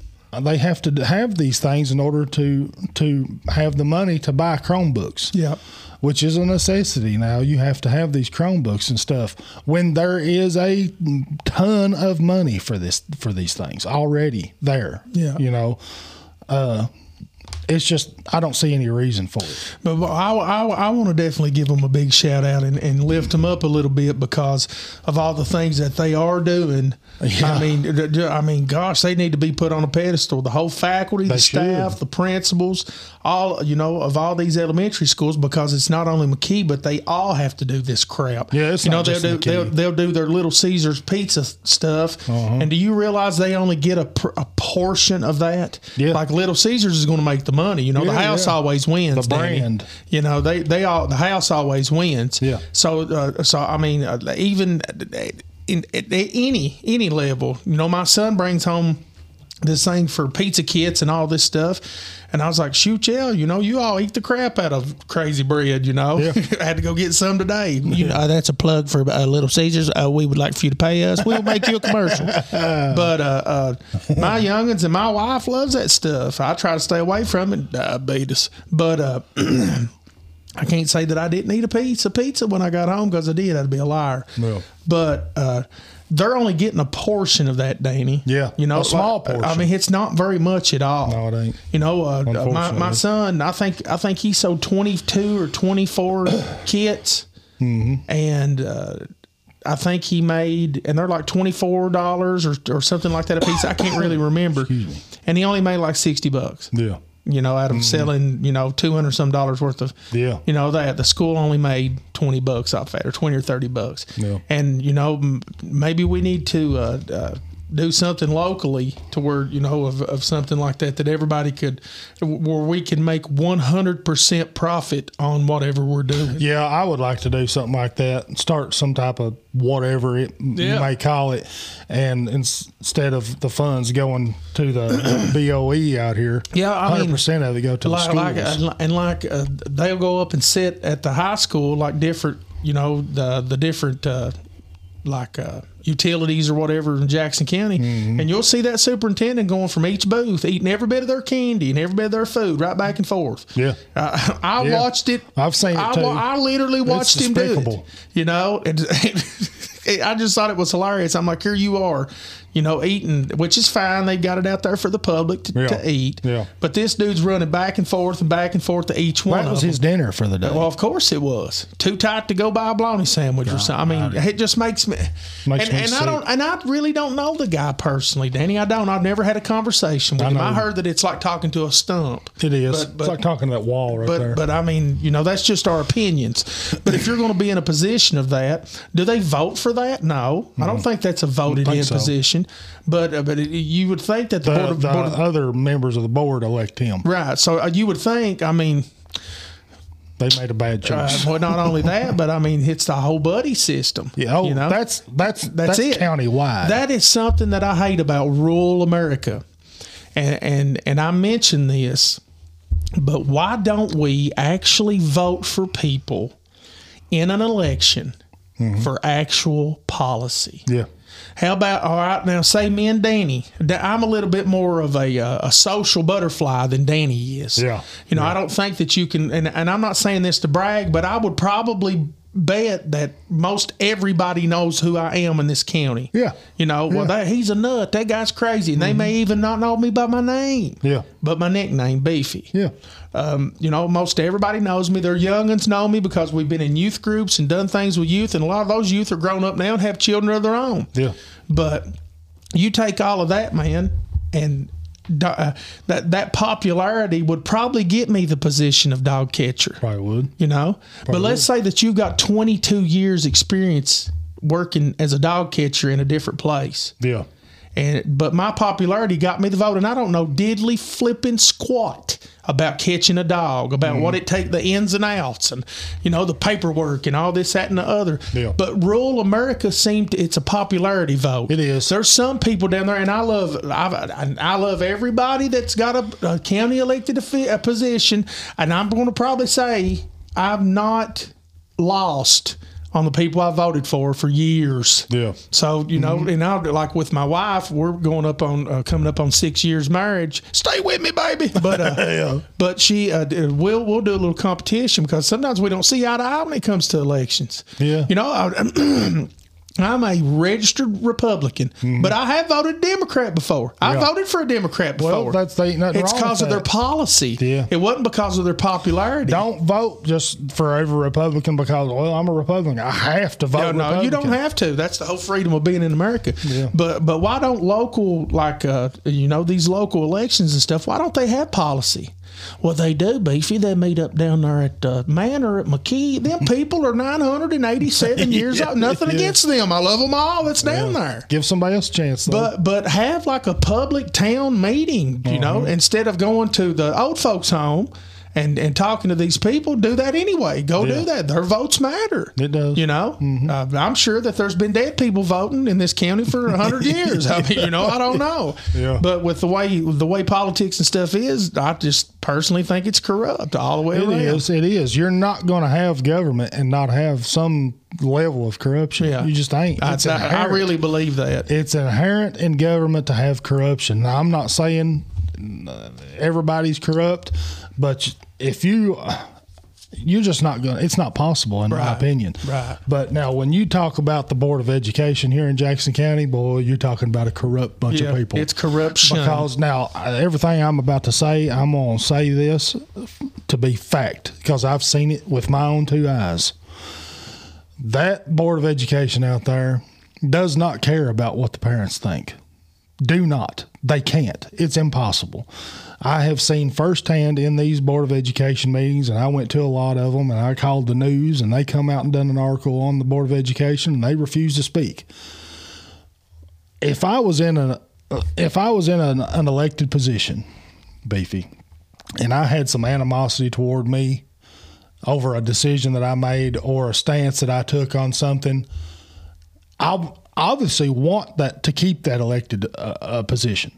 S2: they have to have these things in order to to have the money to buy Chromebooks
S3: yeah,
S2: which is a necessity now. You have to have these Chromebooks and stuff when there is a ton of money for this for these things already there.
S3: Yeah.
S2: you know, uh, it's just I don't see any reason for it.
S3: But I, I, I want to definitely give them a big shout out and, and lift them up a little bit because of all the things that they are doing. I mean, d- d- I mean, gosh, they need to be put on a pedestal. The whole faculty, the
S2: should.
S3: staff, the principals, all you know of all these elementary schools because it's not only McKee, but they all have to do this crap.
S2: Yeah, it's
S3: you know
S2: not just
S3: they'll do they'll,
S2: McKee.
S3: they'll do their Little Caesars pizza stuff.
S2: Uh-huh.
S3: And do you realize they only get a, pr- a portion of that?
S2: Yeah.
S3: Like Little Caesars is going to make the money. You know, the
S2: Yeah,
S3: house
S2: yeah.
S3: always wins.
S2: The
S3: Danny.
S2: brand.
S3: You know, they they all the house always wins.
S2: Yeah.
S3: So uh, so I mean, uh, even in, at any any level, you know, my son brings home this thing for pizza kits and all this stuff, and I was like, shoot, yeah, you know, you all eat the crap out of crazy bread. You know, I had to go get some today. You know, that's a plug for uh, Little Caesars. Uh, we would like for you to pay us. We'll make you a commercial. but uh, uh, my youngins and my wife loves that stuff. I try to stay away from it. Diabetes, but. Uh, I can't say that I didn't eat a piece of pizza when I got home because I did. I'd be a liar.
S2: Yeah.
S3: But uh, they're only getting a portion of that, Danny.
S2: Yeah,
S3: you know,
S2: a small
S3: like- I
S2: portion.
S3: mean, it's not very much at all.
S2: No, it ain't.
S3: You know, uh, my, my
S2: Unfortunately.
S3: son, I think I think he sold twenty two or twenty four kits,
S2: Mm-hmm.
S3: and uh, I think he made, and they're like twenty four dollars or or something like that a piece. I can't really remember. And he only made like sixty bucks
S2: Yeah.
S3: you know, out of selling, you know, two hundred some dollars worth of,
S2: Mm-hmm. Yeah.
S3: you know, that the school only made twenty bucks off that, or twenty or thirty bucks.
S2: Yeah.
S3: And you know, m- maybe we need to uh, uh, do something locally to where you know of, of something like that that everybody could, where we can make one hundred percent profit on whatever we're doing.
S2: Yeah, I would like to do something like that. and Start some type of whatever it m
S3: Yeah.
S2: you may call it, and ins- instead of the funds going to the BOE out here,
S3: Yeah, I mean,
S2: hundred percent of it go to
S3: like, like
S2: the schools.
S3: uh, and like uh, they'll go up and sit at the high school like different you know the the different uh, like uh, utilities or whatever in Jackson County
S2: Mm-hmm.
S3: and you'll see that superintendent going from each booth eating every bit of their candy and every bit of their food right back and forth
S2: Yeah.
S3: I, I
S2: Yeah.
S3: watched it
S2: I've seen it
S3: I,
S2: too.
S3: wa- I literally watched him do it
S2: despicable.
S3: you know and I just thought it was hilarious. I'm like, here you are, you know, eating, which is fine. They got it out there for the public to,
S2: Yeah.
S3: to eat.
S2: Yeah.
S3: But this dude's running back and forth and back and forth to each one
S2: that was
S3: of
S2: his
S3: them.
S2: dinner for the day.
S3: Well, of course it was. Too tight to go buy a bologna sandwich or something. I mean, it just makes me.
S2: Makes
S3: and
S2: me
S3: and I
S2: sick.
S3: don't. And I really don't know the guy personally, Danny. I don't. I've never had a conversation with him. I
S2: know.
S3: heard that it's like talking to a stump.
S2: it is.
S3: but- but-
S2: it's like talking to that wall right
S3: But
S2: there.
S3: but I mean, you know, that's just our opinions. But if you're going to be in a position of that, do they vote for that? No, I don't think that's a voted in
S2: so.
S3: position. But uh, but it, you would think that the,
S2: the,
S3: board, of,
S2: the
S3: board of-
S2: other members of the board elect him.
S3: right. So uh, you would think. I mean,
S2: They made a bad
S3: uh,
S2: choice.
S3: well, not only that, but I mean, it's the whole buddy system.
S2: yeah, oh,
S3: you know?
S2: that's that's
S3: that's,
S2: that's,
S3: it.
S2: county wide.
S3: That is something that I hate about rural America, and and and I mention this, but why don't we actually vote for people in an election
S2: Mm-hmm.
S3: for actual policy?
S2: yeah,
S3: How about all right now? Say me and Danny. Da- I'm a little bit more of a uh, a social butterfly than Danny is.
S2: Yeah.
S3: You know, I don't think that you can. And, and I'm not saying this to brag, but I would probably bet that most everybody knows who I am in this county.
S2: Yeah. Mm-hmm.
S3: You know, well, that, he's a nut. That guy's crazy, and they may even not know me by my name.
S2: Yeah.
S3: But my nickname, Beefy.
S2: yeah,
S3: Um, you know, most everybody knows me. Their youngins know me because we've been in youth groups and done things with youth, and a lot of those youth are grown up now and have children of their own.
S2: yeah.
S3: But you take all of that, man, and do- uh, that that popularity would probably get me the position of dog catcher.
S2: Probably would.
S3: You know, but let's say that you've got 22 years experience working as a dog catcher in a different place.
S2: Yeah,
S3: And but my popularity got me the vote, and I don't know diddly flipping squat about catching a dog, about what
S2: Mm-hmm.
S3: it take, the ins and outs, and you know the paperwork and all this, that, and the other.
S2: Yeah.
S3: But rural America seemed to- it's a popularity vote.
S2: It is.
S3: There's some people down there, and I love I've, I love everybody that's got a, a county elected offi- a position, and I'm going to probably say I've not lost on the people I voted for for years.
S2: Yeah.
S3: So you know, and I like with my wife, we're going up on uh, coming up on six years marriage. Stay with me, baby. But uh, but she uh, d- we'll we'll do a little competition because sometimes we don't see eye to eye when it comes to elections.
S2: Yeah.
S3: You know, I, I'm a registered Republican, but I have voted Democrat before. I
S2: Mm-hmm. Yeah.
S3: voted for a Democrat before.
S2: Well, that's there ain't nothing
S3: it's
S2: wrong
S3: because
S2: with
S3: of their
S2: that.
S3: policy.
S2: Yeah.
S3: It wasn't because of their popularity.
S2: Don't vote just for every Republican because well, I'm a Republican. I have to vote.
S3: No, no, you don't
S2: Republican.
S3: have to. That's the whole freedom of being in America.
S2: Yeah.
S3: But but why don't local like uh, you know these local elections and stuff? Why don't they have policy? Well, they do, Beefy. They meet up down there at uh, Manor at McKee. Them people are 987 years old. Nothing against them. I love them all. That's down there.
S2: Give somebody else a chance. Though.
S3: But but have like a public town meeting, you know,
S2: Mm-hmm.
S3: instead of going to the old folks' home and and talking to these people. Do that anyway. Go do that. Their votes matter.
S2: It does. Mm-hmm.
S3: You know, uh, I'm sure that there's been dead people voting in this county for hundred years. I mean, you know, I don't know.
S2: Yeah.
S3: But with the way the way politics and stuff is, I just personally think it's corrupt all the way
S2: It
S3: around.
S2: is. It is. You're not going to have government and not have some level of corruption.
S3: Yeah.
S2: You just ain't.
S3: I,
S2: It's
S3: I- I
S2: inherent.
S3: really believe that.
S2: It's inherent in government to have corruption. Now, I'm not saying uh, everybody's corrupt, but if you. You're just not going. to It's not possible, in my
S3: Right.
S2: opinion.
S3: Right.
S2: But now, when you talk about the board of education here in Jackson County, boy, you're talking about a corrupt bunch
S3: Yeah,
S2: of people.
S3: it's corruption.
S2: Because now uh, everything I'm about to say, I'm gonna say this to be fact because I've seen it with my own two eyes. That board of education out there does not care about what the parents think. Do not. They can't. It's impossible. I have seen firsthand in these board of education meetings, and I went to a lot of them, and I called the news, and they come out and done an article on the board of education, and they refuse to speak if I was in a uh, if I was in an, an elected position, beefy, and I had some animosity toward me over a decision that I made or a stance that I took on something, I obviously want that to keep that elected uh, uh, position.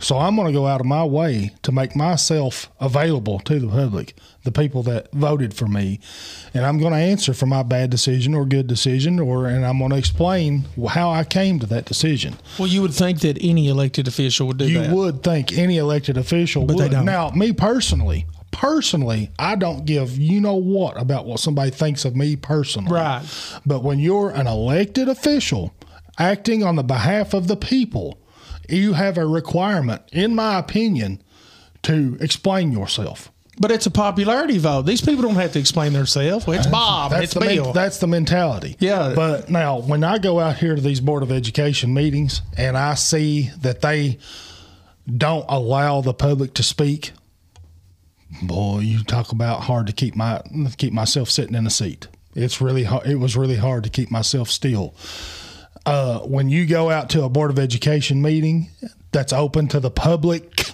S2: So I'm going to go out of my way to make myself available to the public, the people that voted for me, and I'm going to answer for my bad decision or good decision, or and I'm going to explain how I came to that decision.
S3: Well, you would think that any elected official would do
S2: You
S3: that.
S2: would think any elected official
S3: But
S2: would.
S3: they don't.
S2: Now, me personally, personally, I don't give you know what about what somebody thinks of me personally.
S3: Right.
S2: But when you're an elected official acting on the behalf of the people, you have a requirement, in my opinion, to explain yourself.
S3: But it's a popularity vote. These people don't have to explain themselves. Well, it's Bob.
S2: That's
S3: It's
S2: the men-
S3: Bill.
S2: that's the mentality.
S3: Yeah.
S2: But now, when I go out here to these board of education meetings and I see that they don't allow the public to speak, boy, you talk about hard to keep my keep myself sitting in a seat. It's really hard. It was really hard to keep myself still. Uh, when you go out to a board of education meeting that's open to the public,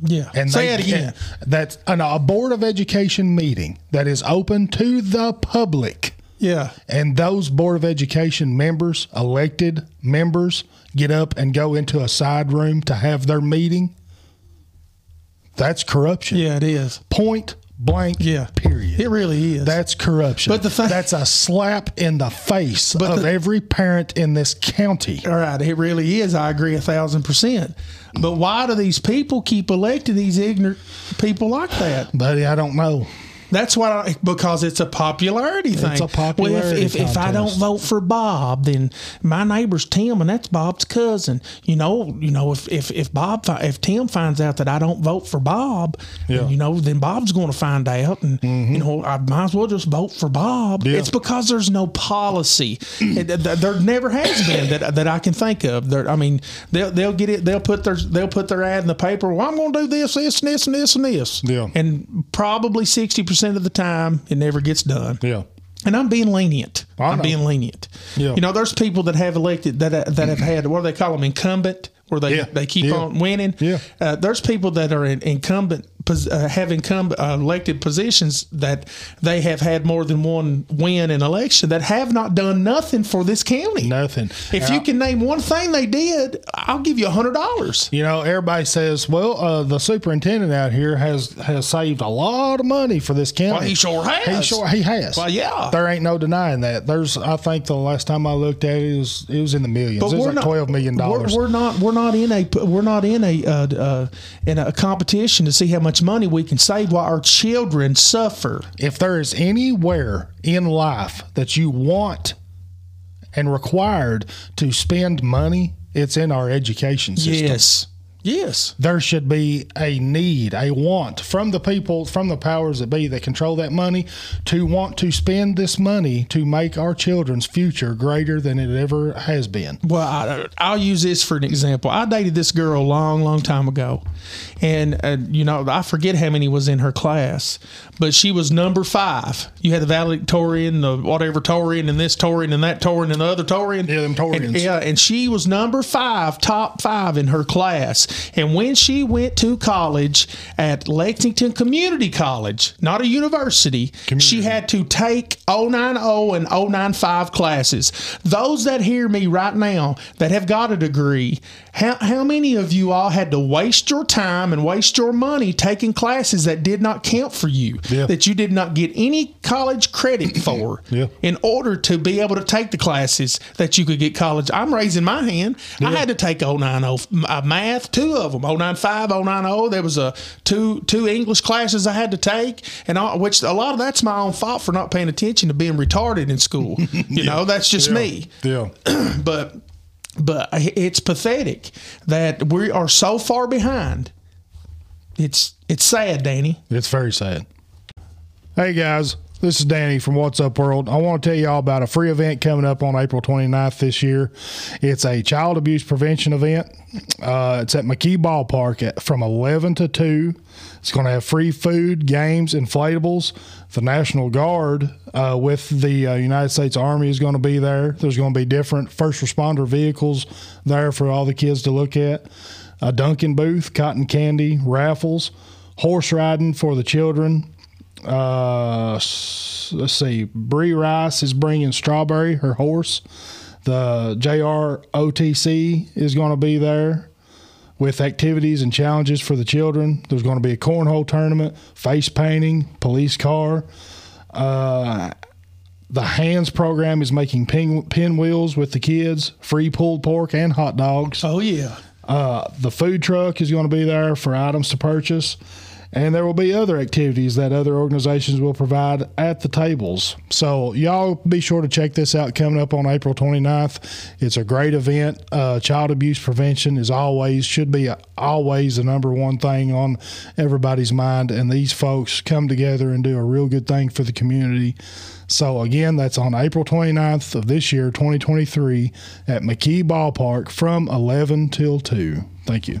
S3: yeah.
S2: and
S3: Say
S2: they-
S3: it again.
S2: That's an, a board of education meeting that is open to the public.
S3: Yeah.
S2: And those board of education members, elected members, get up and go into a side room to have their meeting. That's corruption.
S3: Yeah, it is.
S2: Point blank.
S3: Yeah.
S2: Period.
S3: It really is.
S2: That's corruption.
S3: But the thing-
S2: that's a slap in the face of
S3: the-
S2: every parent in this county.
S3: all right. It really is. I agree a thousand percent. But why do these people keep electing these ignorant people like that?
S2: Buddy, I don't know.
S3: That's why, I, because it's a popularity
S2: a
S3: thing. Well,
S2: popularity
S3: if, if, if I don't
S2: contest.
S3: vote for Bob, then my neighbor's Tim, and that's Bob's cousin. You know, you know, if if, if Bob, fi- if Tim finds out that I don't vote for Bob,
S2: Yeah. Mm-hmm.
S3: you know, then Bob's going to find out, and you know, I might as well just vote for Bob.
S2: Yeah.
S3: It's because there's no policy. And th- th- there never has been that that I can think of. There, I mean, they'll they'll get it. They'll put their they'll put their ad in the paper. Well, I'm going to do this, this, and this, and this, and this.
S2: Yeah.
S3: And probably sixty percent of the time, it never gets done
S2: Yeah.
S3: and I'm being lenient.
S2: I
S3: I'm
S2: know.
S3: being lenient.
S2: Yeah.
S3: You know, there's people that have elected that that have had what do they call them incumbent, where they
S2: Yeah.
S3: they keep
S2: Yeah.
S3: on winning.
S2: Yeah.
S3: Uh, there's people that are in incumbent pos- uh, have incumbent uh, elected positions that they have had more than one win in election that have not done nothing for this county.
S2: Nothing.
S3: If you can name one thing they did, I'll give you a hundred dollars.
S2: You know, everybody says, "Well, uh, the superintendent out here has has saved a lot of money for this county."
S3: Well, he sure has.
S2: He sure he has.
S3: Well, yeah.
S2: There ain't no denying that. There's, I think, the last time I looked at it, it was it was in the millions. it was like twelve million dollars.
S3: We're, we're not. We're not in a. We're not in a. Uh, uh, in a competition to see how much money we can save while our children suffer.
S2: If there is anywhere in life that you want and required to spend money, it's in our education system.
S3: Yes. Yes.
S2: There should be a need, a want from the people, from the powers that be that control that money to want to spend this money to make our children's future greater than it ever has been.
S3: Well, I, I'll use this for an example. I dated this girl a long, long time ago, and uh, you know I forget how many was in her class, but she was number five. You had the valedictorian, the whatever Torian, and this Torian, and that Torian, and the other Torian.
S2: Yeah, them Torians.
S3: And, yeah, and she was number five, top five in her class. And when she went to college at Lexington Community College, not a university, she had to take 090 and 095 classes. Those that hear me right now that have got a degree, how, how many of you all had to waste your time and waste your money taking classes that did not count for you,
S2: Yeah.
S3: that you did not get any college credit for?
S2: Yeah.
S3: in order to be able to take the classes that you could get college. I'm raising my hand. I had to take 090 uh, math, two of them, 095, 090. oh. There was a two two English classes I had to take, and all, which a lot of that's my own fault for not paying attention to being retarded in school. You know, that's just me
S2: Yeah.
S3: but but it's pathetic that we are so far behind. It's it's sad, Danny.
S2: It's very sad. Hey guys, this is Danny from What's Up World. I want to tell y'all about a free event coming up on April 29th this year. It's a child abuse prevention event. Uh, it's at McKee Ballpark at, from 11 to 2. It's going to have free food, games, inflatables. The National Guard uh, with the uh, United States Army is going to be there. There's going to be different first responder vehicles there for all the kids to look at. A Dunkin' booth, cotton candy, raffles, horse riding for the children uh, s- let's see, Bree Rice is bringing Strawberry, her horse. The JROTC is going to be there with activities and challenges for the children. There's going to be a cornhole tournament, face painting, police car. Uh, the hands program is making pin, pinwheels with the kids, free pulled pork and hot dogs.
S3: Oh yeah.
S2: Uh, the food truck is going to be there for items to purchase, and there will be other activities that other organizations will provide at the tables. So, y'all be sure to check this out coming up on April 29th. It's a great event. Uh, child abuse prevention is always, should be always the number one thing on everybody's mind, and these folks come together and do a real good thing for the community. So, again, that's on April 29th of this year, 2023, at McKee Ballpark from 11 till 2. Thank you.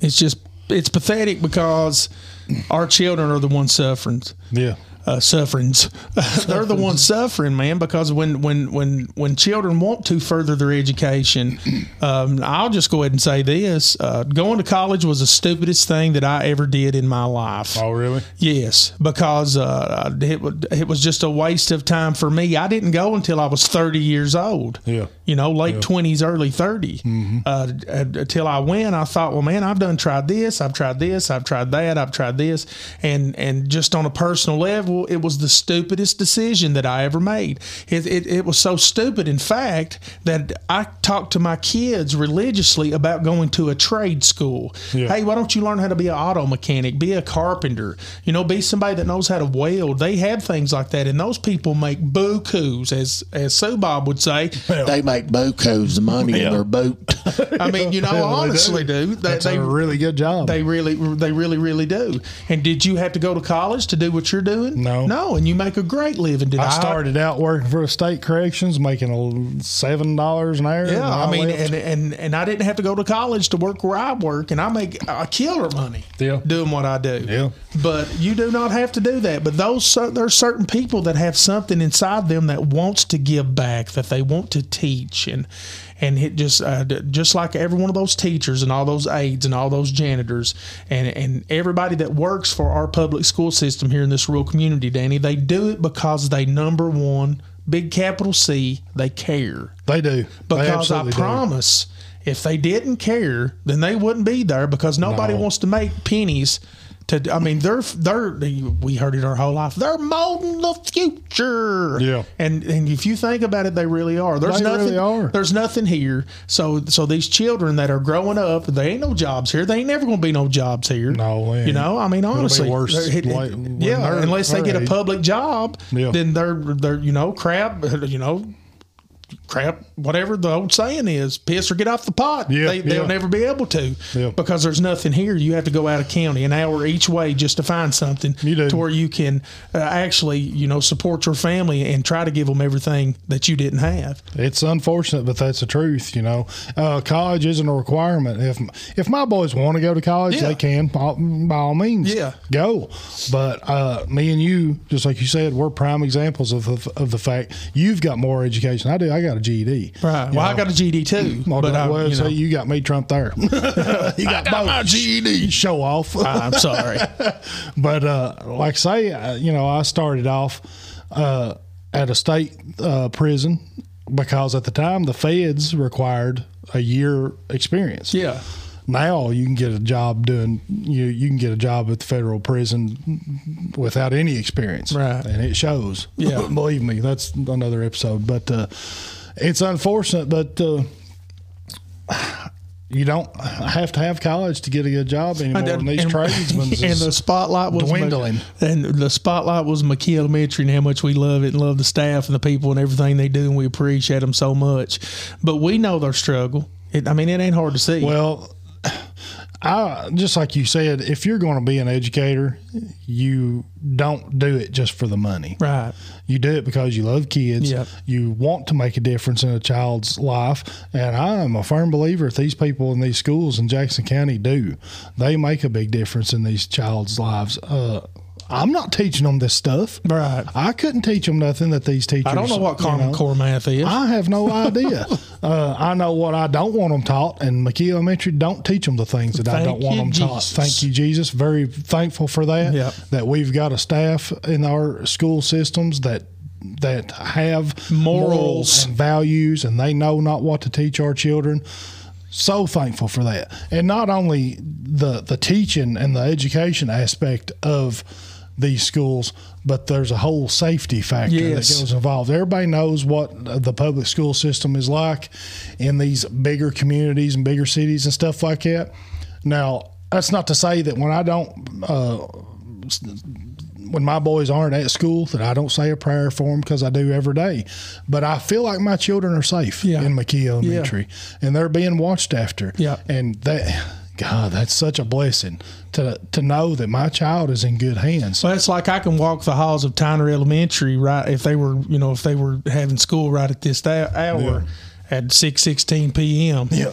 S3: It's just it's pathetic because our children are the ones suffering.
S2: Yeah.
S3: Uh, sufferings. They're the ones suffering, man. Because when when when when children want to further their education, um, I'll just go ahead and say this: uh, going to college was the stupidest thing that I ever did in my life.
S2: Oh, really?
S3: Yes, because uh, it, wa- it was just a waste of time for me. I didn't go until I was 30 years old.
S2: Yeah.
S3: You know, late 20s, early 30. Uh, d- uh, until I went, I thought, well, man, I've done tried this, I've tried this, I've tried that, I've tried this. And and just on a personal level, it was the stupidest decision that I ever made. It, it, it was so stupid, in fact, that I talked to my kids religiously about going to a trade school. Hey, why don't you learn how to be an auto mechanic, be a carpenter, you know, be somebody that knows how to weld? They have things like that. And those people make bukus, as, as Sue Bob would say.
S4: They make bucos the money in their boot.
S3: I mean, you know,
S2: Well, they
S3: honestly,
S2: do.
S3: dude, they,
S2: That's
S3: they
S2: a really good job.
S3: they really, they really, really do. And did you have to go to college to do what you're doing?
S2: No.
S3: no. And you make a great living. Did I,
S2: I started out working for the state corrections, making a l- seven dollars an hour.
S3: Yeah, I, mean,
S2: left.
S3: and, and and I didn't have to go to college to work where I work, and I make a killer money
S2: Yeah.
S3: doing what I do.
S2: Yeah.
S3: But you do not have to do that. But those cer- there are certain people that have something inside them that wants to give back, that they want to teach, and and it just uh, d- just like every one of those teachers and all those aides and all those janitors and and everybody that works for our public school system here in this rural community, Danny, they do it because they number one big capital C, they care.
S2: They do. They
S3: Because I
S2: absolutely do.
S3: promise, if they didn't care, then they wouldn't be there because nobody
S2: No.
S3: wants to make pennies. To I mean, they're they're we heard it our whole life. They're molding the future.
S2: Yeah.
S3: and and if you think about it, they really are. There's
S2: They
S3: nothing.
S2: really are.
S3: There's nothing here. So so these children that are growing up, they ain't no jobs here. They ain't never gonna be no jobs here.
S2: No, they
S3: you
S2: ain't.
S3: know. I mean, honestly,
S2: worse
S3: they're- it- it-
S2: like when
S3: yeah.
S2: they're
S3: Unless they
S2: her
S3: get a
S2: age.
S3: public job,
S2: Yeah.
S3: then they're they're you know crap. You know crap, whatever the old saying is, piss or get off the pot.
S2: Yeah,
S3: they, they'll
S2: yeah.
S3: never be able to
S2: Yeah.
S3: because there's nothing here. You have to go out of county an hour each way just to find something
S2: You do.
S3: to where you can uh, actually, you know, support your family and try to give them everything that you didn't have.
S2: It's unfortunate, but that's the truth. You know, uh, college isn't a requirement. If if my boys want to go to college,
S3: Yeah.
S2: they can by, by all means.
S3: Yeah.
S2: go. But uh, me and you, just like you said, we're prime examples of, of of the fact you've got more education. I do. I got a E GED.
S3: Right. Well, I got a GD too,
S2: Well,
S3: but I,
S2: well,
S3: you
S2: so
S3: know,
S2: you got me trumped there. you got, both. my
S3: E
S2: GED. Show off.
S3: I'm sorry.
S2: But uh, like say, uh, you know, I started off uh, at a state uh, prison because at the time the feds required a year experience.
S3: Yeah.
S2: Now you can get a job doing you you can get a job at the federal prison without any experience.
S3: Right.
S2: And it shows.
S3: Yeah.
S2: Believe me, that's another episode. But uh, it's unfortunate, but uh, you don't have to have college to get a good job anymore. And, these tradesmen
S3: and
S2: is-
S3: the spotlight was Mc-
S2: dwindling.
S3: and the spotlight was McKee Elementary, and how much we love it and love the staff and the people and everything they do, and we appreciate them so much. But we know their struggle. It, I mean, it ain't hard to see.
S2: Well, I just like you said, if you're going to be an educator, you don't do it just for the money.
S3: right?
S2: You do it because you love kids.
S3: Yep.
S2: You want to make a difference in a child's life. And I am a firm believer if these people in these schools in Jackson County do, they make a big difference in these child's lives. Uh, I'm not teaching them this stuff.
S3: Right.
S2: I couldn't teach them nothing that these teachers.
S3: I don't know what
S2: you
S3: Common
S2: know.
S3: Core math is.
S2: I have no idea. uh, I know what I don't want them taught, and McKee Elementary don't teach them the things that I
S3: Thank
S2: don't want
S3: you,
S2: them taught.
S3: Jesus.
S2: Thank you, Jesus. Very thankful for that.
S3: Yep.
S2: That we've got a staff in our school systems that that have
S3: Morals.
S2: and values, and they know not what to teach our children. So thankful for that, and not only the the teaching and the education aspect of these schools, but there's a whole safety factor
S3: Yes.
S2: that goes involved. Everybody knows what the public school system is like in these bigger communities and bigger cities and stuff like that. Now, that's not to say that when I don't, uh, when my boys aren't at school, that I don't say a prayer for them because I do every day. But I feel like my children are safe
S3: Yeah.
S2: in McKee Elementary and they're being watched after.
S3: Yeah.
S2: And that, God, that's such a blessing to, to know that my child is in good hands.
S3: So it's like I can walk the halls of Tyner Elementary, right? If they were, you know, if they were having school right at this da- hour at six sixteen p.m.
S2: Yeah.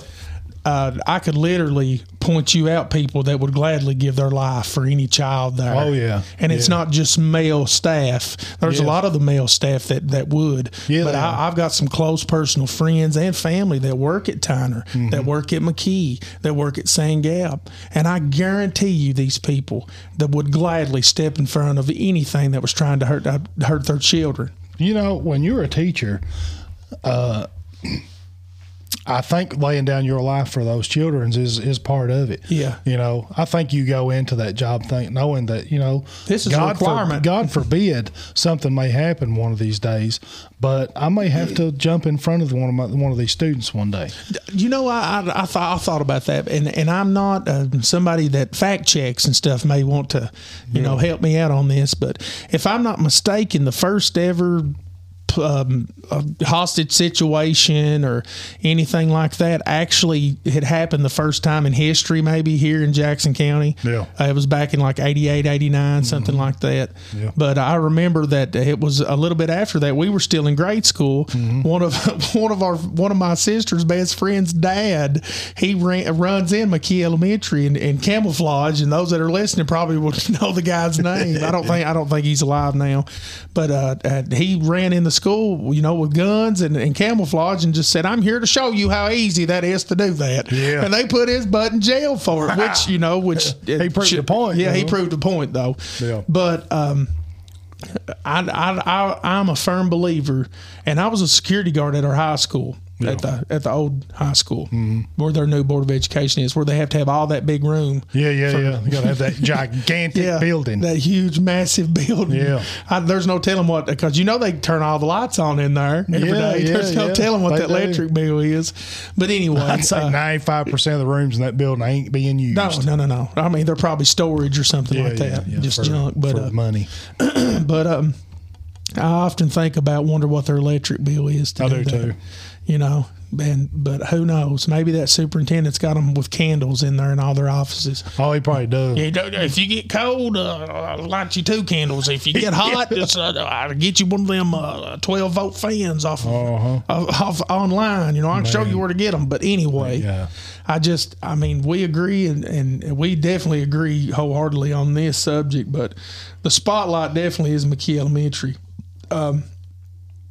S3: uh, I could literally point you out people that would gladly give their life for any child there.
S2: Oh, yeah.
S3: and it's
S2: Yeah.
S3: not just male staff. There's a
S2: Yes.
S3: lot of the male staff that that would.
S2: Yeah,
S3: but
S2: they
S3: I, I've got some close personal friends and family that work at Tyner,
S2: Mm-hmm.
S3: that work at McKee, that work at San Gab, and I guarantee you these people that would gladly step in front of anything that was trying to hurt uh, hurt their children.
S2: You know, when you're a teacher, uh, I think laying down your life for those children is is part of it.
S3: Yeah.
S2: You know, I think you go into that job thing knowing that you know
S3: This is a
S2: God for-
S3: requirement.
S2: God forbid something may happen one of these days, but I may have to jump in front of one of my, one of these students one day.
S3: You know, I I, I thought I thought about that, and and I'm not uh, somebody that fact checks and stuff may want to, you know, help me out on this. But if I'm not mistaken, the first ever um, uh, hostage situation or anything like that actually had happened the first time in history, maybe here in Jackson County.
S2: Yeah.
S3: Uh, it was back in like 88, 89, something like that.
S2: Mm-hmm. Yeah.
S3: But I remember that it was a little bit after that. We were still in grade school.
S2: Mm-hmm.
S3: One of one of our one of my sister's best friend's dad, he ran, runs in McKee Elementary and, and camouflage. And those that are listening probably would know the guy's name. I don't think I don't think he's alive now, but uh, uh, he ran in the school, you know, with guns and, and camouflage, and just said, "I'm here to show you how easy that is to do that."
S2: Yeah.
S3: And they put his butt in jail for it, which you know, which
S2: He proved a point,
S3: Yeah,
S2: you
S3: he
S2: know.
S3: proved a point though.
S2: Yeah.
S3: But um, I, I, I, I'm a firm believer, and I was a security guard at our high school, at the at the old high school,
S2: Mm-hmm.
S3: where their new board of education is, where they have to have all that big room.
S2: Yeah, yeah, yeah. You got to have that gigantic building.
S3: that huge, massive building.
S2: Yeah.
S3: I, there's no telling what because you know they turn all the lights on in there every day.
S2: Yeah, yeah,
S3: there's no
S2: yeah.
S3: telling what
S2: They
S3: that
S2: do.
S3: electric bill is. But anyway,
S2: I'd say
S3: uh,
S2: 95% of the rooms in that building ain't being used.
S3: no, no, no, no. I mean, they're probably storage or something
S2: Yeah,
S3: like that,
S2: yeah, yeah,
S3: just
S2: for-
S3: junk. But
S2: for
S3: uh,
S2: money.
S3: but um, I often think about wonder what their electric bill is. To
S2: I do
S3: that,
S2: too.
S3: You know, and but who knows? Maybe that superintendent's got them with candles in there in all their offices.
S2: Oh, he probably does.
S3: You don't- If you get cold, uh, I'll light you two candles. If you get hot, just, uh, I'll get you one of them uh, twelve volt fans off of,
S2: Uh-huh.
S3: off, off online. You know, I'll show you where to get them. But anyway,
S2: Yeah.
S3: I just, I mean, we agree and, and we definitely agree wholeheartedly on this subject. But the spotlight definitely is McKee Elementary. Um,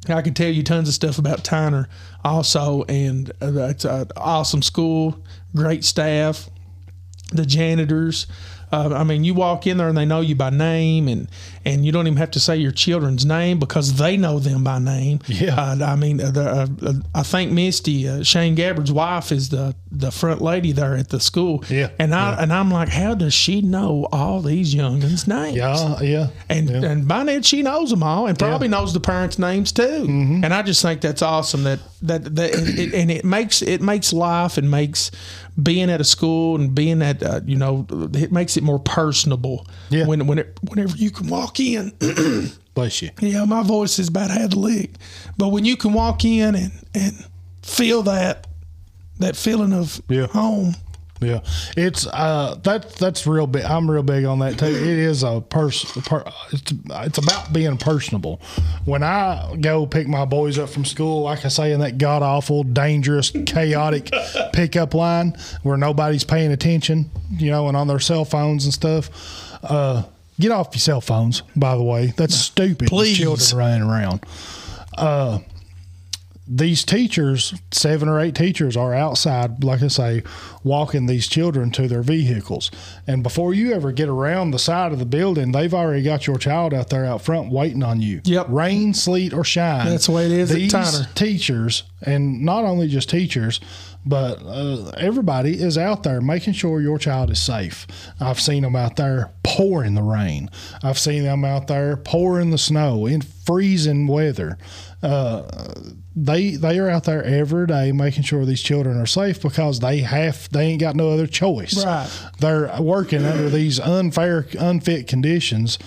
S3: I could tell you tons of stuff about Tyner also, and uh, it's an awesome school, great staff, the janitors. Uh, I mean, you walk in there and they know you by name, and and you don't even have to say your children's name because they know them by name.
S2: Yeah.
S3: Uh, I mean, uh, the, uh, uh, I think Misty uh, Shane Gabbard's wife is the the front lady there at the school.
S2: Yeah.
S3: And I and I'm like, how does she know all these youngins' names?
S2: Yeah, yeah.
S3: And uh,
S2: yeah.
S3: and by then she knows them all, and probably knows the parents' names too.
S2: Mm-hmm.
S3: And I just think that's awesome that that that and it, and it makes it makes life and makes being at a school and being at uh, you know it makes it more personable.
S2: Yeah.
S3: When when it, whenever you can walk in,
S2: Bless you.
S3: yeah, my voice is about had to lick, but when you can walk in and and feel that that feeling of
S2: Yeah.
S3: home.
S2: Yeah, it's uh that that's real big. I'm real big on that too. It is a person. Per, it's it's about being personable. When I go pick my boys up from school, like I say in that god awful, dangerous, chaotic pickup line where nobody's paying attention, you know, and on their cell phones and stuff. Uh, get off your cell phones. By the way, that's stupid. with
S3: Please.
S2: children running around. these teachers, seven or eight teachers, are outside, like I say, walking these children to their vehicles. And before you ever get around the side of the building, they've already got your child out there out front waiting on you.
S3: Yep.
S2: Rain, sleet, or shine.
S3: That's the way it is at
S2: These
S3: Tyner.
S2: teachers, and not only just teachers, but uh, everybody is out there making sure your child is safe. I've seen them out there pouring the rain. I've seen them out there pouring the snow in freezing weather. Uh, they they are out there every day making sure these children are safe because they have they ain't got no other choice.
S3: Right.
S2: They're working under these unfair, unfit conditions,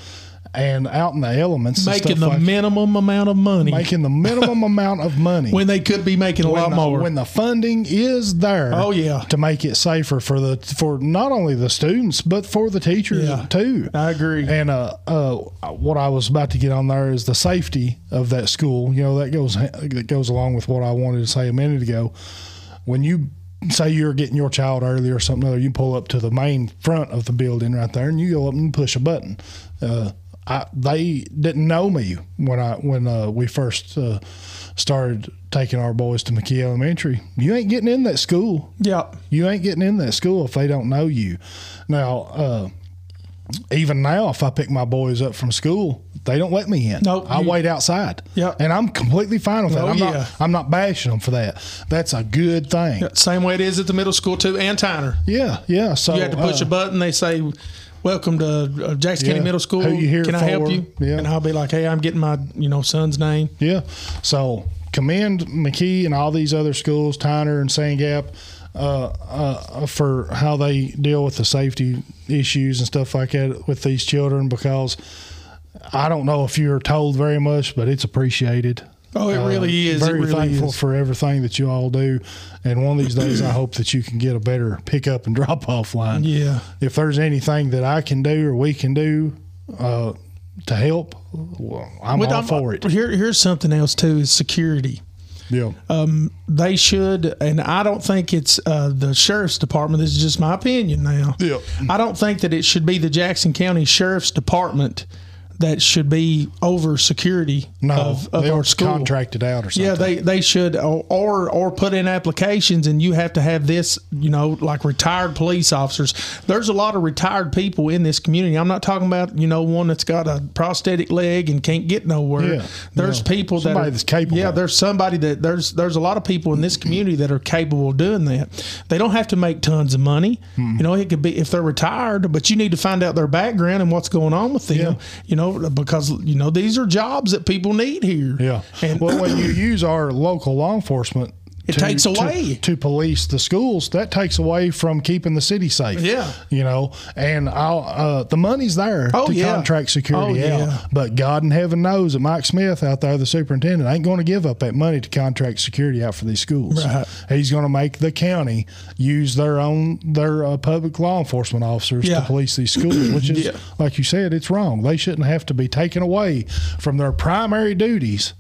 S2: and out in the elements, and
S3: Making
S2: stuff
S3: the
S2: like
S3: minimum amount of money
S2: making the minimum amount of money
S3: when they could be making a
S2: when
S3: lot
S2: the,
S3: more.
S2: when the funding is there.
S3: Oh, yeah.
S2: to make it safer for the for not only the students but for the teachers
S3: Yeah.
S2: too.
S3: I agree.
S2: And uh, uh, what I was about to get on there is the safety of that school. You know that goes that goes along with what I wanted to say a minute ago. When you say you're getting your child early or something other, you pull up to the main front of the building right there, and you go up and push a button. Uh, I, they didn't know me when I when uh, we first uh, started taking our boys to McKee Elementary. You ain't getting in that school.
S3: yeah.
S2: You ain't getting in that school if they don't know you. Now, uh, even now, if I pick my boys up from school, they don't let me in.
S3: Nope,
S2: I
S3: you-
S2: wait outside.
S3: Yep.
S2: and I'm completely fine with that.
S3: Oh,
S2: I'm
S3: yeah.
S2: not. I'm not bashing them for that. That's a good thing.
S3: Same way it is at the middle school too, and Tyner.
S2: Yeah, yeah. So
S3: You have to push
S2: uh,
S3: a button. They say, "Welcome to uh, Jackson County
S2: Yeah.
S3: Middle School.
S2: Who you here
S3: Can I help
S2: for?"
S3: you?"
S2: Yeah.
S3: And I'll be like, "Hey, I'm getting my you know son's name."
S2: Yeah. So commend McKee and all these other schools, Tyner and Sand Gap, uh, uh, for how they deal with the safety issues and stuff like that with these children because I don't know if you're told very much, but it's appreciated.
S3: Oh, it
S2: Uh,
S3: really is.
S2: Very
S3: it really
S2: thankful
S3: is.
S2: for everything that you all do. And one of these days, I hope that you can get a better pickup and drop off line.
S3: Yeah.
S2: If there's anything that I can do or we can do uh, to help, well, I'm
S3: But
S2: all
S3: I'm- uh,
S2: for it.
S3: Here, here's something else too: is security.
S2: Yeah.
S3: They should, and I don't think it's uh, the sheriff's department. This is just my opinion now.
S2: Yeah.
S3: I don't think that it should be the Jackson County Sheriff's Department that should be over security
S2: No,
S3: of, of
S2: they
S3: our
S2: were
S3: school.
S2: contracted out or something.
S3: Yeah, they they should or, or or put in applications, and you have to have this. You know, like retired police officers. There's a lot of retired people in this community. I'm not talking about you know one that's got a prosthetic leg and can't get nowhere.
S2: Yeah,
S3: there's
S2: yeah.
S3: people that
S2: Somebody
S3: are-
S2: that's capable.
S3: Yeah, there's somebody that there's there's a lot of people in this community that are capable of doing that. They don't have to make tons of money.
S2: Hmm.
S3: You know, it could be if they're retired, but you need to find out their background and what's going on with them. You know, because you know these are jobs that people need here.
S2: Yeah.
S3: and
S2: well, when you use our local law enforcement,
S3: It takes away.
S2: to, police the schools. That takes away from keeping the city safe.
S3: Yeah.
S2: you know, and I'll, uh, the money's there
S3: Oh,
S2: to
S3: yeah.
S2: contract security
S3: Oh,
S2: out.
S3: yeah.
S2: But God in heaven knows that Mike Smith out there, the superintendent, ain't going to give up that money to contract security out for these schools.
S3: Right.
S2: He's going to make the county use their own their uh, public law enforcement officers
S3: Yeah.
S2: to police these schools, which is
S3: Yeah.
S2: like you said, it's wrong. They shouldn't have to be taken away from their primary duties.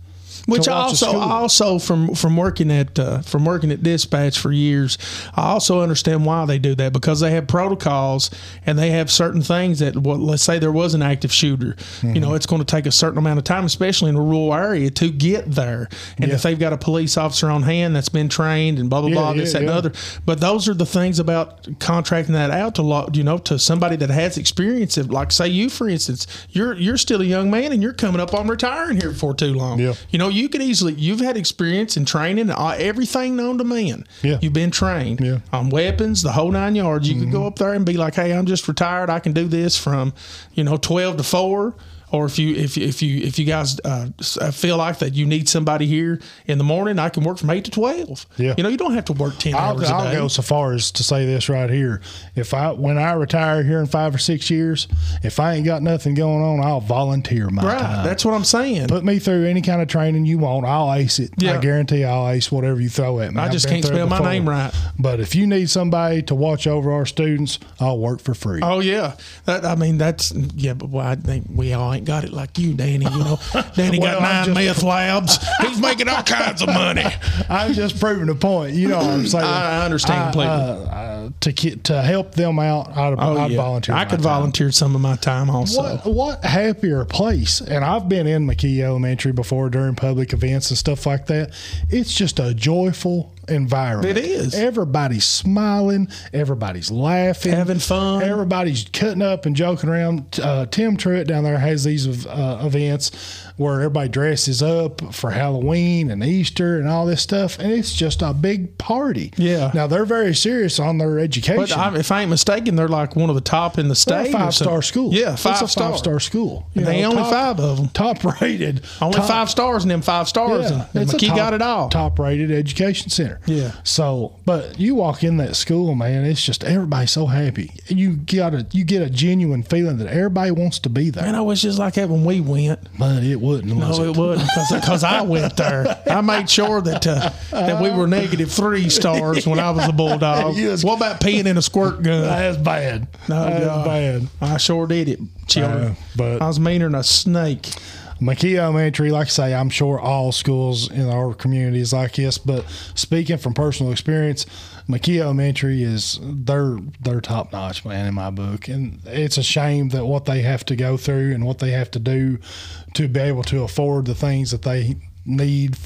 S3: which
S2: to
S3: I
S2: watch a
S3: also
S2: school.
S3: I also from from working at uh, from working at dispatch for years, I also understand why they do that because they have protocols and they have certain things that well, let's say there was an active shooter, you
S2: Mm-hmm.
S3: know, it's going to take a certain amount of time, especially in a rural area, to get there. And if they've got a police officer on hand that's been trained and blah blah
S2: Yeah,
S3: blah this
S2: yeah,
S3: that,
S2: yeah.
S3: and the other, but those are the things about contracting that out to law, you know, to somebody that has experience. Of, like say you, for instance, you're you're still a young man and you're coming up on retiring here before too long.
S2: Yeah.
S3: You know, you could easily you've had experience in training uh, everything known to man.
S2: Yeah.
S3: You've been trained
S2: Yeah. Mm-hmm.
S3: on weapons, the whole nine yards. You could go up there and be like, "Hey, I'm just retired. I can do this from, you know, twelve to four. Or if you if you- if you if you guys uh, s- uh, feel like that you need somebody here in the morning, I can work from eight to twelve.
S2: Yeah.
S3: You know, you don't have to work 10 hours
S2: I'll,
S3: a
S2: I'll
S3: day.
S2: go so far as to say this right here. If I when I retire here in five or six years, if I ain't got nothing going on, I'll volunteer my
S3: Right.
S2: time.
S3: That's what I'm saying.
S2: Put me through any kind of training you want. I'll ace it.
S3: Yeah.
S2: I guarantee I'll ace whatever you throw at me.
S3: I
S2: I've
S3: just
S2: been
S3: can't
S2: through it
S3: spell my
S2: before.
S3: name right.
S2: But if you need somebody to watch over our students, I'll work for free.
S3: Oh yeah, that I mean that's yeah, but well, I think we all ain't got it like you, Danny. You know, Danny
S2: Well,
S3: got
S2: I'm
S3: nine
S2: just-
S3: meth labs. He's making all kinds of money.
S2: I'm just proving a point. You know what I'm saying?
S3: I I understand completely.
S2: uh, to get, to help them out, I'd,
S3: oh
S2: I'd
S3: yeah,
S2: volunteer.
S3: I
S2: my
S3: could
S2: time.
S3: volunteer some of my time also.
S2: What what happier place? And I've been in McKee Elementary before during public events and stuff like that. It's just a joyful environment.
S3: It is.
S2: Everybody's smiling. Everybody's laughing,
S3: Having fun.
S2: Everybody's cutting up and joking around. Uh, Tim Truitt down there has these uh, events where everybody dresses up for Halloween and Easter and all this stuff, and it's just a big party.
S3: Yeah.
S2: Now they're very serious on their education.
S3: But I, if I ain't mistaken, they're like one of the top in the
S2: They're
S3: state.
S2: a
S3: or
S2: five star
S3: something.
S2: school.
S3: Yeah, five
S2: it's a
S3: star.
S2: five star school. You
S3: And they only five of 'em.
S2: Top rated.
S3: Only
S2: top-
S3: five stars and them five stars.
S2: Yeah,
S3: and
S2: it's a
S3: McKee
S2: top-
S3: got it all.
S2: Top rated education center.
S3: Yeah.
S2: So, but you walk in that school, man. It's just everybody's so happy. You got a you get a genuine feeling that everybody wants to be there.
S3: And I was just like that when we went.
S2: but it wouldn't. was
S3: No, it wasn't because I went there. I made sure that uh, that we were negative three stars when I was a bulldog.
S2: Yes.
S3: What about peeing in a squirt gun?
S2: That's bad.
S3: No,
S2: That's
S3: God.
S2: bad.
S3: I sure did it, children.
S2: Uh, but-
S3: I was meaner than a snake.
S2: McKee Elementary, like I say, I'm sure all schools in our community is like this, but speaking from personal experience, McKee Elementary is they're they're top notch, man, in my book. And it's a shame that what they have to go through and what they have to do to be able to afford the things that they need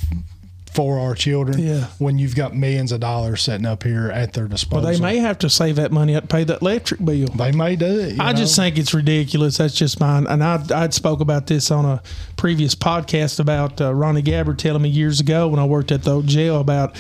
S2: for our children
S3: Yeah.
S2: when you've got millions of dollars sitting up here at their disposal.
S3: They may have to save that money up to pay that electric bill.
S2: they may do it. you
S3: I just
S2: know?
S3: think it's ridiculous. That's just mine. And I I'd spoke about this on a previous podcast about uh, Ronnie Gabbard telling me years ago when I worked at the old jail about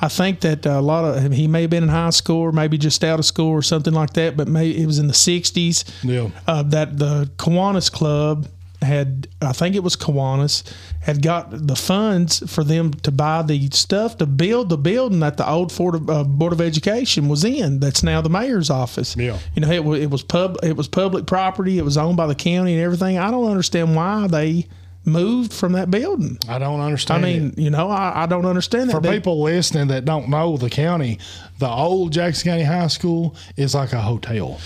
S3: I think that uh, a lot of he may have been in high school or maybe just out of school or something like that, but maybe it was in the '60s.
S2: Yeah.
S3: Uh, that the Kiwanis Club had I think it was Kiwanis had got the funds for them to buy the stuff to build the building that the old Ford of, uh, Board of Education was in. That's now the mayor's office.
S2: Yeah.
S3: you know it was it was pub it was public property. It was owned by the county and everything. I don't understand why they moved from that building.
S2: I don't
S3: I
S2: understand. it.
S3: mean, you know, I, I don't understand that.
S2: For
S3: They-
S2: people listening that don't know the county, the old Jackson County High School is like a hotel.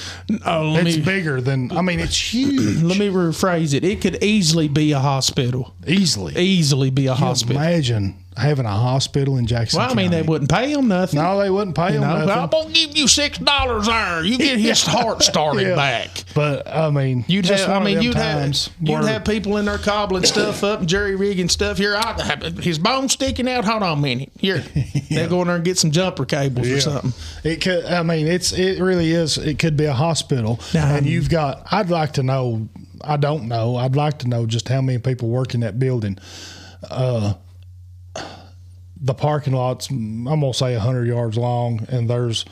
S3: oh, let
S2: It's
S3: me
S2: bigger than I mean, it's huge
S3: let me rephrase it. It could easily be a hospital.
S2: easily.
S3: Easily be a
S2: Can you
S3: hospital.
S2: Imagine having a hospital in Jackson.
S3: Well, I mean, they
S2: County.
S3: wouldn't pay him nothing.
S2: No, they wouldn't pay
S3: You
S2: him
S3: know,
S2: nothing.
S3: I'm gonna give you six dollars there. You get his heart started
S2: Yeah.
S3: back.
S2: But I mean,
S3: You'd
S2: just
S3: have, I
S2: one of
S3: mean,
S2: them
S3: you'd have,
S2: times
S3: you'd
S2: where-
S3: have people in there cobbling stuff up and jerry rigging stuff. Here, I, his bone's sticking out. Hold on a minute. Here, they'll go in there and get some jumper cables or something.
S2: It could. I mean, it's it really is. It could be a hospital,
S3: Nah,
S2: and you've got. I'd like to know. I don't know. I'd like to know just how many people work in that building. Uh, the parking lot's mm, I'm gonna say hundred yards long, and there's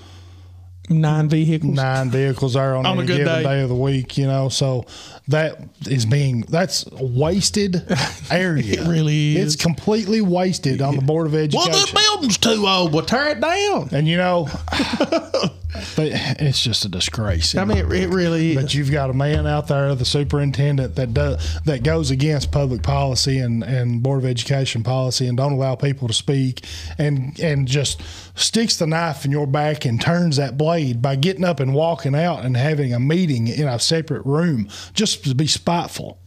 S3: Nine vehicles.
S2: nine vehicles there on,
S3: On a
S2: any
S3: good
S2: given
S3: day.
S2: day. of the week. You know, so that is being that's wasted area.
S3: It really is.
S2: It's completely wasted on the board of
S3: Well,
S2: education.
S3: the building's too old. We'll tear it down.
S2: And you know, but it's just a disgrace.
S3: I mean, it, it really is.
S2: but you've got a man out there, the superintendent, that does, that goes against public policy and, and board of education policy, and don't allow people to speak, and and just sticks the knife in your back and turns that blade by getting up and walking out and having a meeting in a separate room just to be spiteful.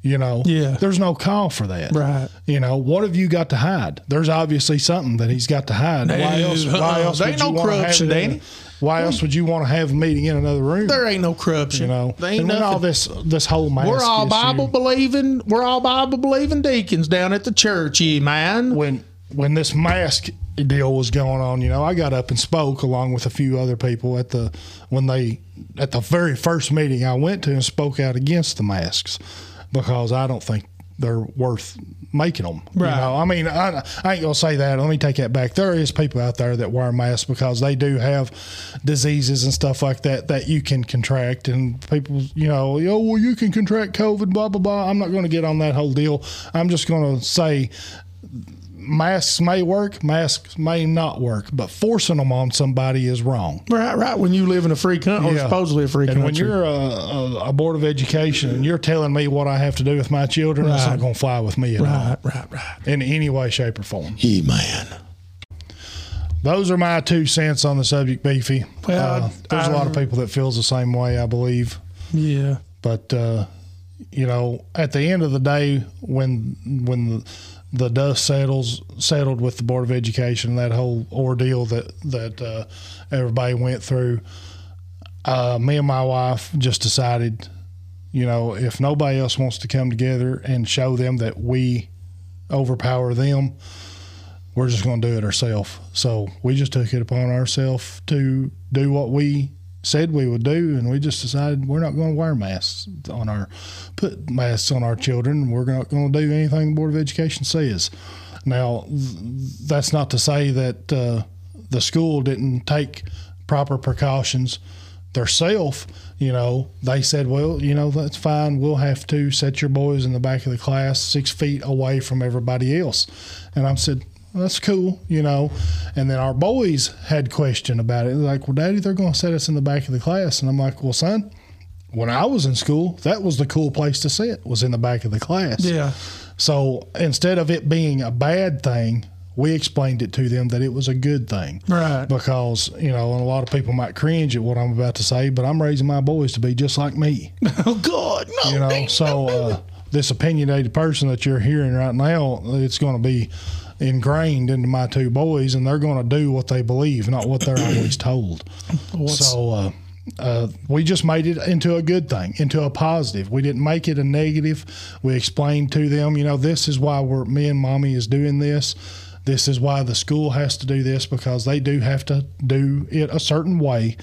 S2: You know,
S3: Yeah.
S2: There's no call for that,
S3: Right.
S2: You know, what have you got to hide? There's obviously something that he's got to hide. Why
S3: No,
S2: else? Why
S3: uh-uh.
S2: else
S3: There
S2: would
S3: ain't
S2: you
S3: no
S2: wanna have
S3: corruption,
S2: it in-
S3: Danny.
S2: Why else would you want to have a meeting in another room?
S3: There ain't no corruption.
S2: you know,
S3: There ain't
S2: and when
S3: nothing.
S2: all this this whole mask
S3: we're all
S2: issue,
S3: Bible believing. We're all Bible believing deacons down at the church, ye man.
S2: when when this mask deal was going on, you know, I got up and spoke along with a few other people at the when they at the very first meeting I went to and spoke out against the masks because I don't think they're worth making them.
S3: Right.
S2: You know, I mean, I, I ain't gonna say that. Let me take that back. There is people out there that wear masks because they do have diseases and stuff like that that you can contract. And people, you know, oh well, you can contract COVID, blah blah blah. I'm not going to get on that whole deal. I'm just going to say masks may work, masks may not work, but forcing them on somebody is wrong.
S3: Right, right. When you live in a free country, or
S2: Yeah.
S3: supposedly a free
S2: And
S3: country.
S2: when you're a, a, a board of education and you're telling me what I have to do with my children, it's
S3: Right.
S2: not going to fly with me at
S3: right, right, right.
S2: all in any way, shape, or form.
S4: Ye man.
S2: Those are my two cents on the subject, Beefy.
S3: Well,
S2: uh, there's a lot of
S3: I-
S2: people that feels the same way, I believe.
S3: Yeah.
S2: But uh, you know, at the end of the day, when when the, the dust settles settled with the board of education, that whole ordeal that that uh, everybody went through, uh, me and my wife just decided, you know, if nobody else wants to come together and show them that we overpower them, we're just going to do it ourselves. So we just took it upon ourselves to do what we said we would do, and we just decided we're not going to wear masks on our put masks on our children. We're not going to do anything the board of education says. Now, th- that's not to say that uh, the school didn't take proper precautions theirself. You know, they said, well, you know, that's fine. We'll have to set your boys in the back of the class, six feet away from everybody else. And I said, that's cool, you know. And then our boys had question about it. They're like, well, Daddy, they're going to set us in the back of the class. And I'm like, well, son, when I was in school, that was the cool place to sit was in the back of the class.
S3: Yeah.
S2: So instead of it being a bad thing, we explained it to them that it was a good thing.
S3: Right.
S2: Because, you know, and a lot of people might cringe at what I'm about to say, but I'm raising my boys to be just like me.
S3: Oh God, no.
S2: You know, so uh, this opinionated person that you're hearing right now, it's going to be ingrained into my two boys, and they're going to do what they believe, not what they're always told. so uh, uh, we just made it into a good thing, into a positive. We didn't make it a negative. We explained to them, you know, this is why we're me and mommy is doing this. This is why the school has to do this because they do have to do it a certain way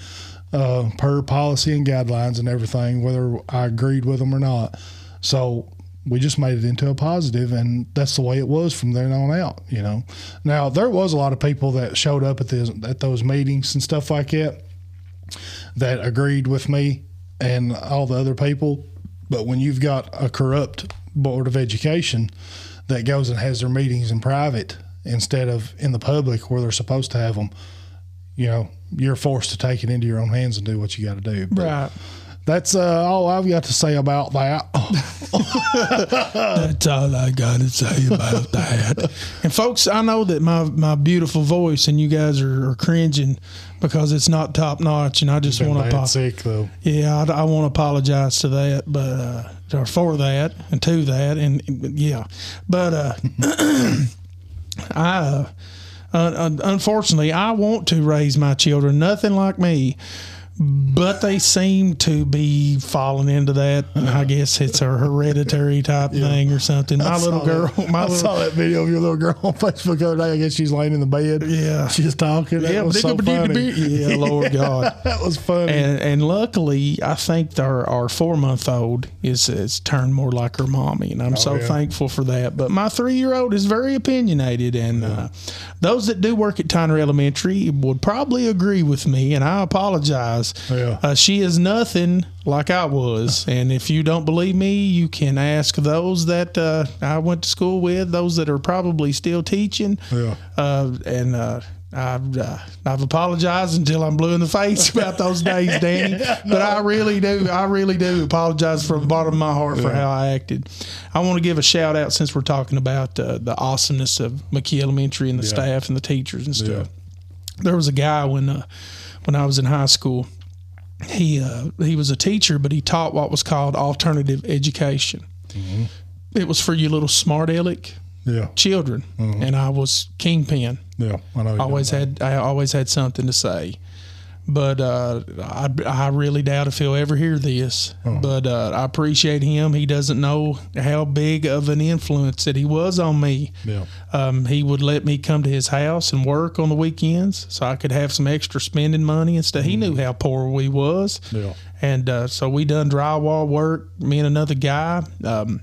S2: uh, per policy and guidelines and everything, whether I agreed with them or not. So we just made it into a positive, and that's the way it was from then on out. You know, now there was a lot of people that showed up at this at those meetings and stuff like that that agreed with me and all the other people. But when you've got a corrupt board of education that goes and has their meetings in private instead of in the public where they're supposed to have them, you know, you're forced to take it into your own hands and do what you got to do. But
S3: Right.
S2: That's uh, all I've got to say about that.
S3: That's all I got to say about that. And folks, I know that my my beautiful voice and you guys are, are cringing because it's not top notch, and I just
S2: Been
S3: want to
S2: bad
S3: pop.
S2: sick though.
S3: Yeah, I, want to apologize to that, but uh, or for that and to that, and yeah, but uh, I, uh, un- un- unfortunately, I want to raise my children nothing like me, but they seem to be falling into that. I guess it's a hereditary type thing or something. My little
S2: saw
S3: girl,
S2: that-
S3: my
S2: I
S3: little
S2: saw that video of your little girl on Facebook the other day. I guess she's laying in the bed.
S3: Yeah.
S2: she's talking. That
S3: Yeah,
S2: was so funny.
S3: yeah, Lord God.
S2: that was funny.
S3: And, and luckily, I think our, our four month old is, is turned more like her mommy, and I'm so
S2: Oh, yeah.
S3: thankful for that. But my three year old is very opinionated, and uh, those that do work at Tyner Elementary would probably agree with me, and I apologize.
S2: Yeah.
S3: Uh, she is nothing like I was, and if you don't believe me, you can ask those that uh, I went to school with, those that are probably still teaching
S2: Yeah.
S3: uh, and uh, I've uh, I've apologized until I'm blue in the face about those days, Danny. But I really do, I really do apologize from the bottom of my heart for how I acted. I want to give a shout out since we're talking about uh, the awesomeness of McKee Elementary and the staff and the teachers and stuff. There was a guy when uh, when I was in high school. He uh, he was a teacher, but he taught what was called alternative education.
S2: Mm-hmm.
S3: It was for you little smart aleck
S2: yeah,
S3: children, and I was kingpin.
S2: yeah. I know. Mm-hmm. Oh, you
S3: Always
S2: did.
S3: had I always had something to say, but uh, I I really doubt if he'll ever hear this.
S2: Uh-huh.
S3: But uh, I appreciate him. He doesn't know how big of an influence that he was on me.
S2: Yeah.
S3: Um, he would let me come to his house and work on the weekends, so I could have some extra spending money and stuff. He knew how poor we was,
S2: Yeah.
S3: and uh, so we done drywall work. Me and another guy. Um,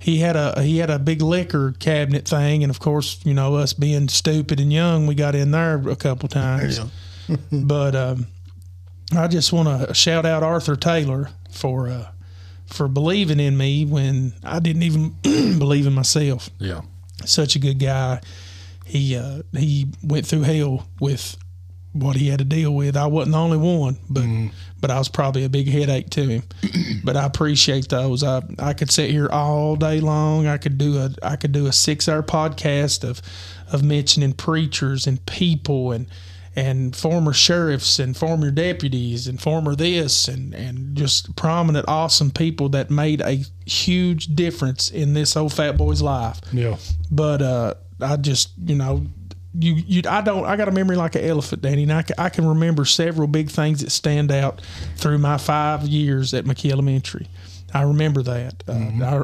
S3: he had a he had a big liquor cabinet thing, and of course, you know, us being stupid and young, we got in there a couple times. but um, I just want to shout out Arthur Taylor for uh, for believing in me when I didn't even believe in myself
S2: Yeah.
S3: such a good guy. He uh, he went through hell with what he had to deal with. I wasn't the only one, but but I was probably a big headache to him. but I appreciate those. I I could sit here all day long. I could do a I could do a six hour podcast of of mentioning preachers and people and and former sheriffs and former deputies and former this and and just prominent awesome people that made a huge difference in this old fat boy's life
S2: Yeah.
S3: but uh, I just you know you you I don't I got a memory like an elephant, Danny, and I can, I can remember several big things that stand out through my five years at McKee Elementary. I remember that. Uh,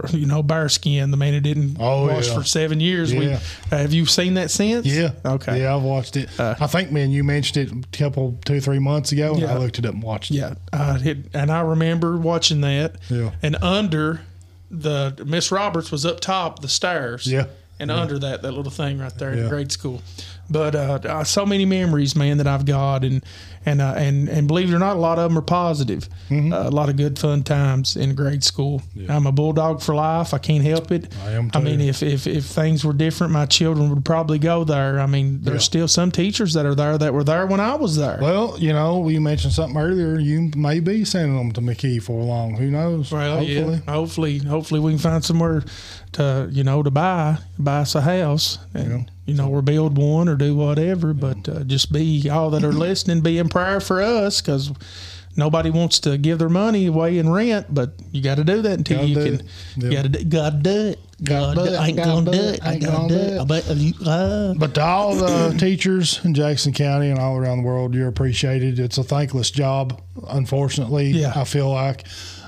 S3: I, you know, Bearskin, the man who didn't
S2: Mm-hmm. Oh,
S3: wash
S2: yeah.
S3: for seven years. We,
S2: Yeah.
S3: have you seen that since?
S2: Yeah.
S3: Okay. Uh.
S2: Yeah, I've watched it. I think, man, you mentioned it a couple, two, three months ago, and
S3: Yeah.
S2: I looked it up and watched it.
S3: Yeah, I did, and I remember watching that.
S2: Yeah.
S3: And under the Miss Roberts was up top the stairs.
S2: Yeah.
S3: And under that, that little thing right there in
S2: Yeah.
S3: grade school. But uh, uh, so many memories, man, that I've got, and and uh, and and believe it or not, a lot of them are positive.
S2: Mm-hmm.
S3: Uh, a lot of good fun times in grade school. I'm a bulldog for life. I can't help it.
S2: I am
S3: I mean,
S2: too.
S3: if if if things were different, my children would probably go there. I mean, there's still some teachers that are there that were there when I was there.
S2: Well, you know, you mentioned something earlier. You may be sending them to McKee for long. Who knows?
S3: Well, oh, yeah. Hopefully, hopefully we can find somewhere to you know to buy buy us a house and you know or build one or do whatever. But uh, just be all that are listening, be in prayer for us because nobody wants to give their money away in rent. But you got to do that until
S2: Gotta
S3: you
S2: do
S3: can.
S2: it.
S3: You got to do, gotta do it.
S2: Gotta
S3: Gotta
S2: do
S3: do-
S2: it.
S3: I ain't
S2: Gotta
S3: gonna
S2: do
S3: do
S2: it.
S3: it. I ain't gonna do it. I bet you. Uh,
S2: But to all the teachers in Jackson County and all around the world, you're appreciated. It's a thankless job, unfortunately.
S3: Yeah.
S2: I feel like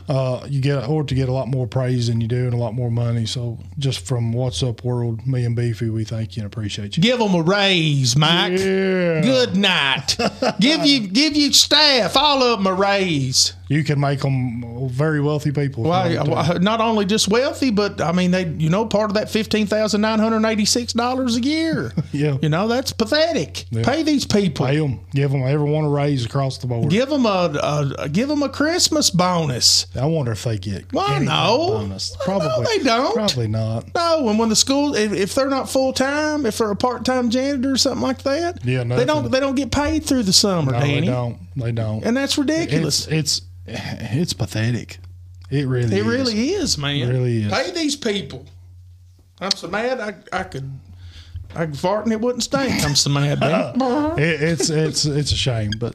S2: uh, you get or to get a lot more praise than you do and a lot more money. So just from What's Up World, me and Beefy, we thank you and appreciate you.
S3: Give them a raise, Mike.
S2: Yeah.
S3: Good night. give you give you staff all of them a raise.
S2: You can make them very wealthy people. if you
S3: Well,
S2: want to.
S3: I- I- not only just wealthy, but I mean they, you know, part of that fifteen thousand nine hundred eighty-six dollars a year.
S2: Yeah.
S3: you know that's pathetic. Pay these people.
S2: Pay
S3: Give 'em
S2: 'em. Give them everyone a raise across the board.
S3: Give them a, a give them a Christmas bonus.
S2: I wonder if they get.
S3: Why
S2: any kind of
S3: no?
S2: Bonus.
S3: Why no,
S2: Probably
S3: they don't.
S2: Probably not.
S3: No, and when the school, if, if they're not full time, if they're a part time janitor or something like that,
S2: Yeah,
S3: they don't
S2: nothing.
S3: they don't get paid through the summer,
S2: No,
S3: Danny,
S2: they don't. They don't.
S3: and that's ridiculous.
S2: it's it's it's pathetic. It really.
S3: it really is, man.
S2: really is.
S3: Pay these people. I'm so mad. I I could I could fart and it wouldn't stink. I'm so mad, man.
S2: It, it's it's it's a shame, but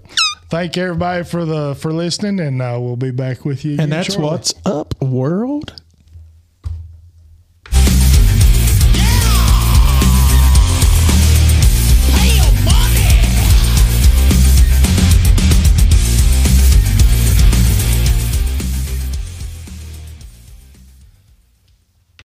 S2: thank everybody for the for listening, and uh, we'll be back with you. Again
S3: And that's
S2: shortly.
S3: what's up, world.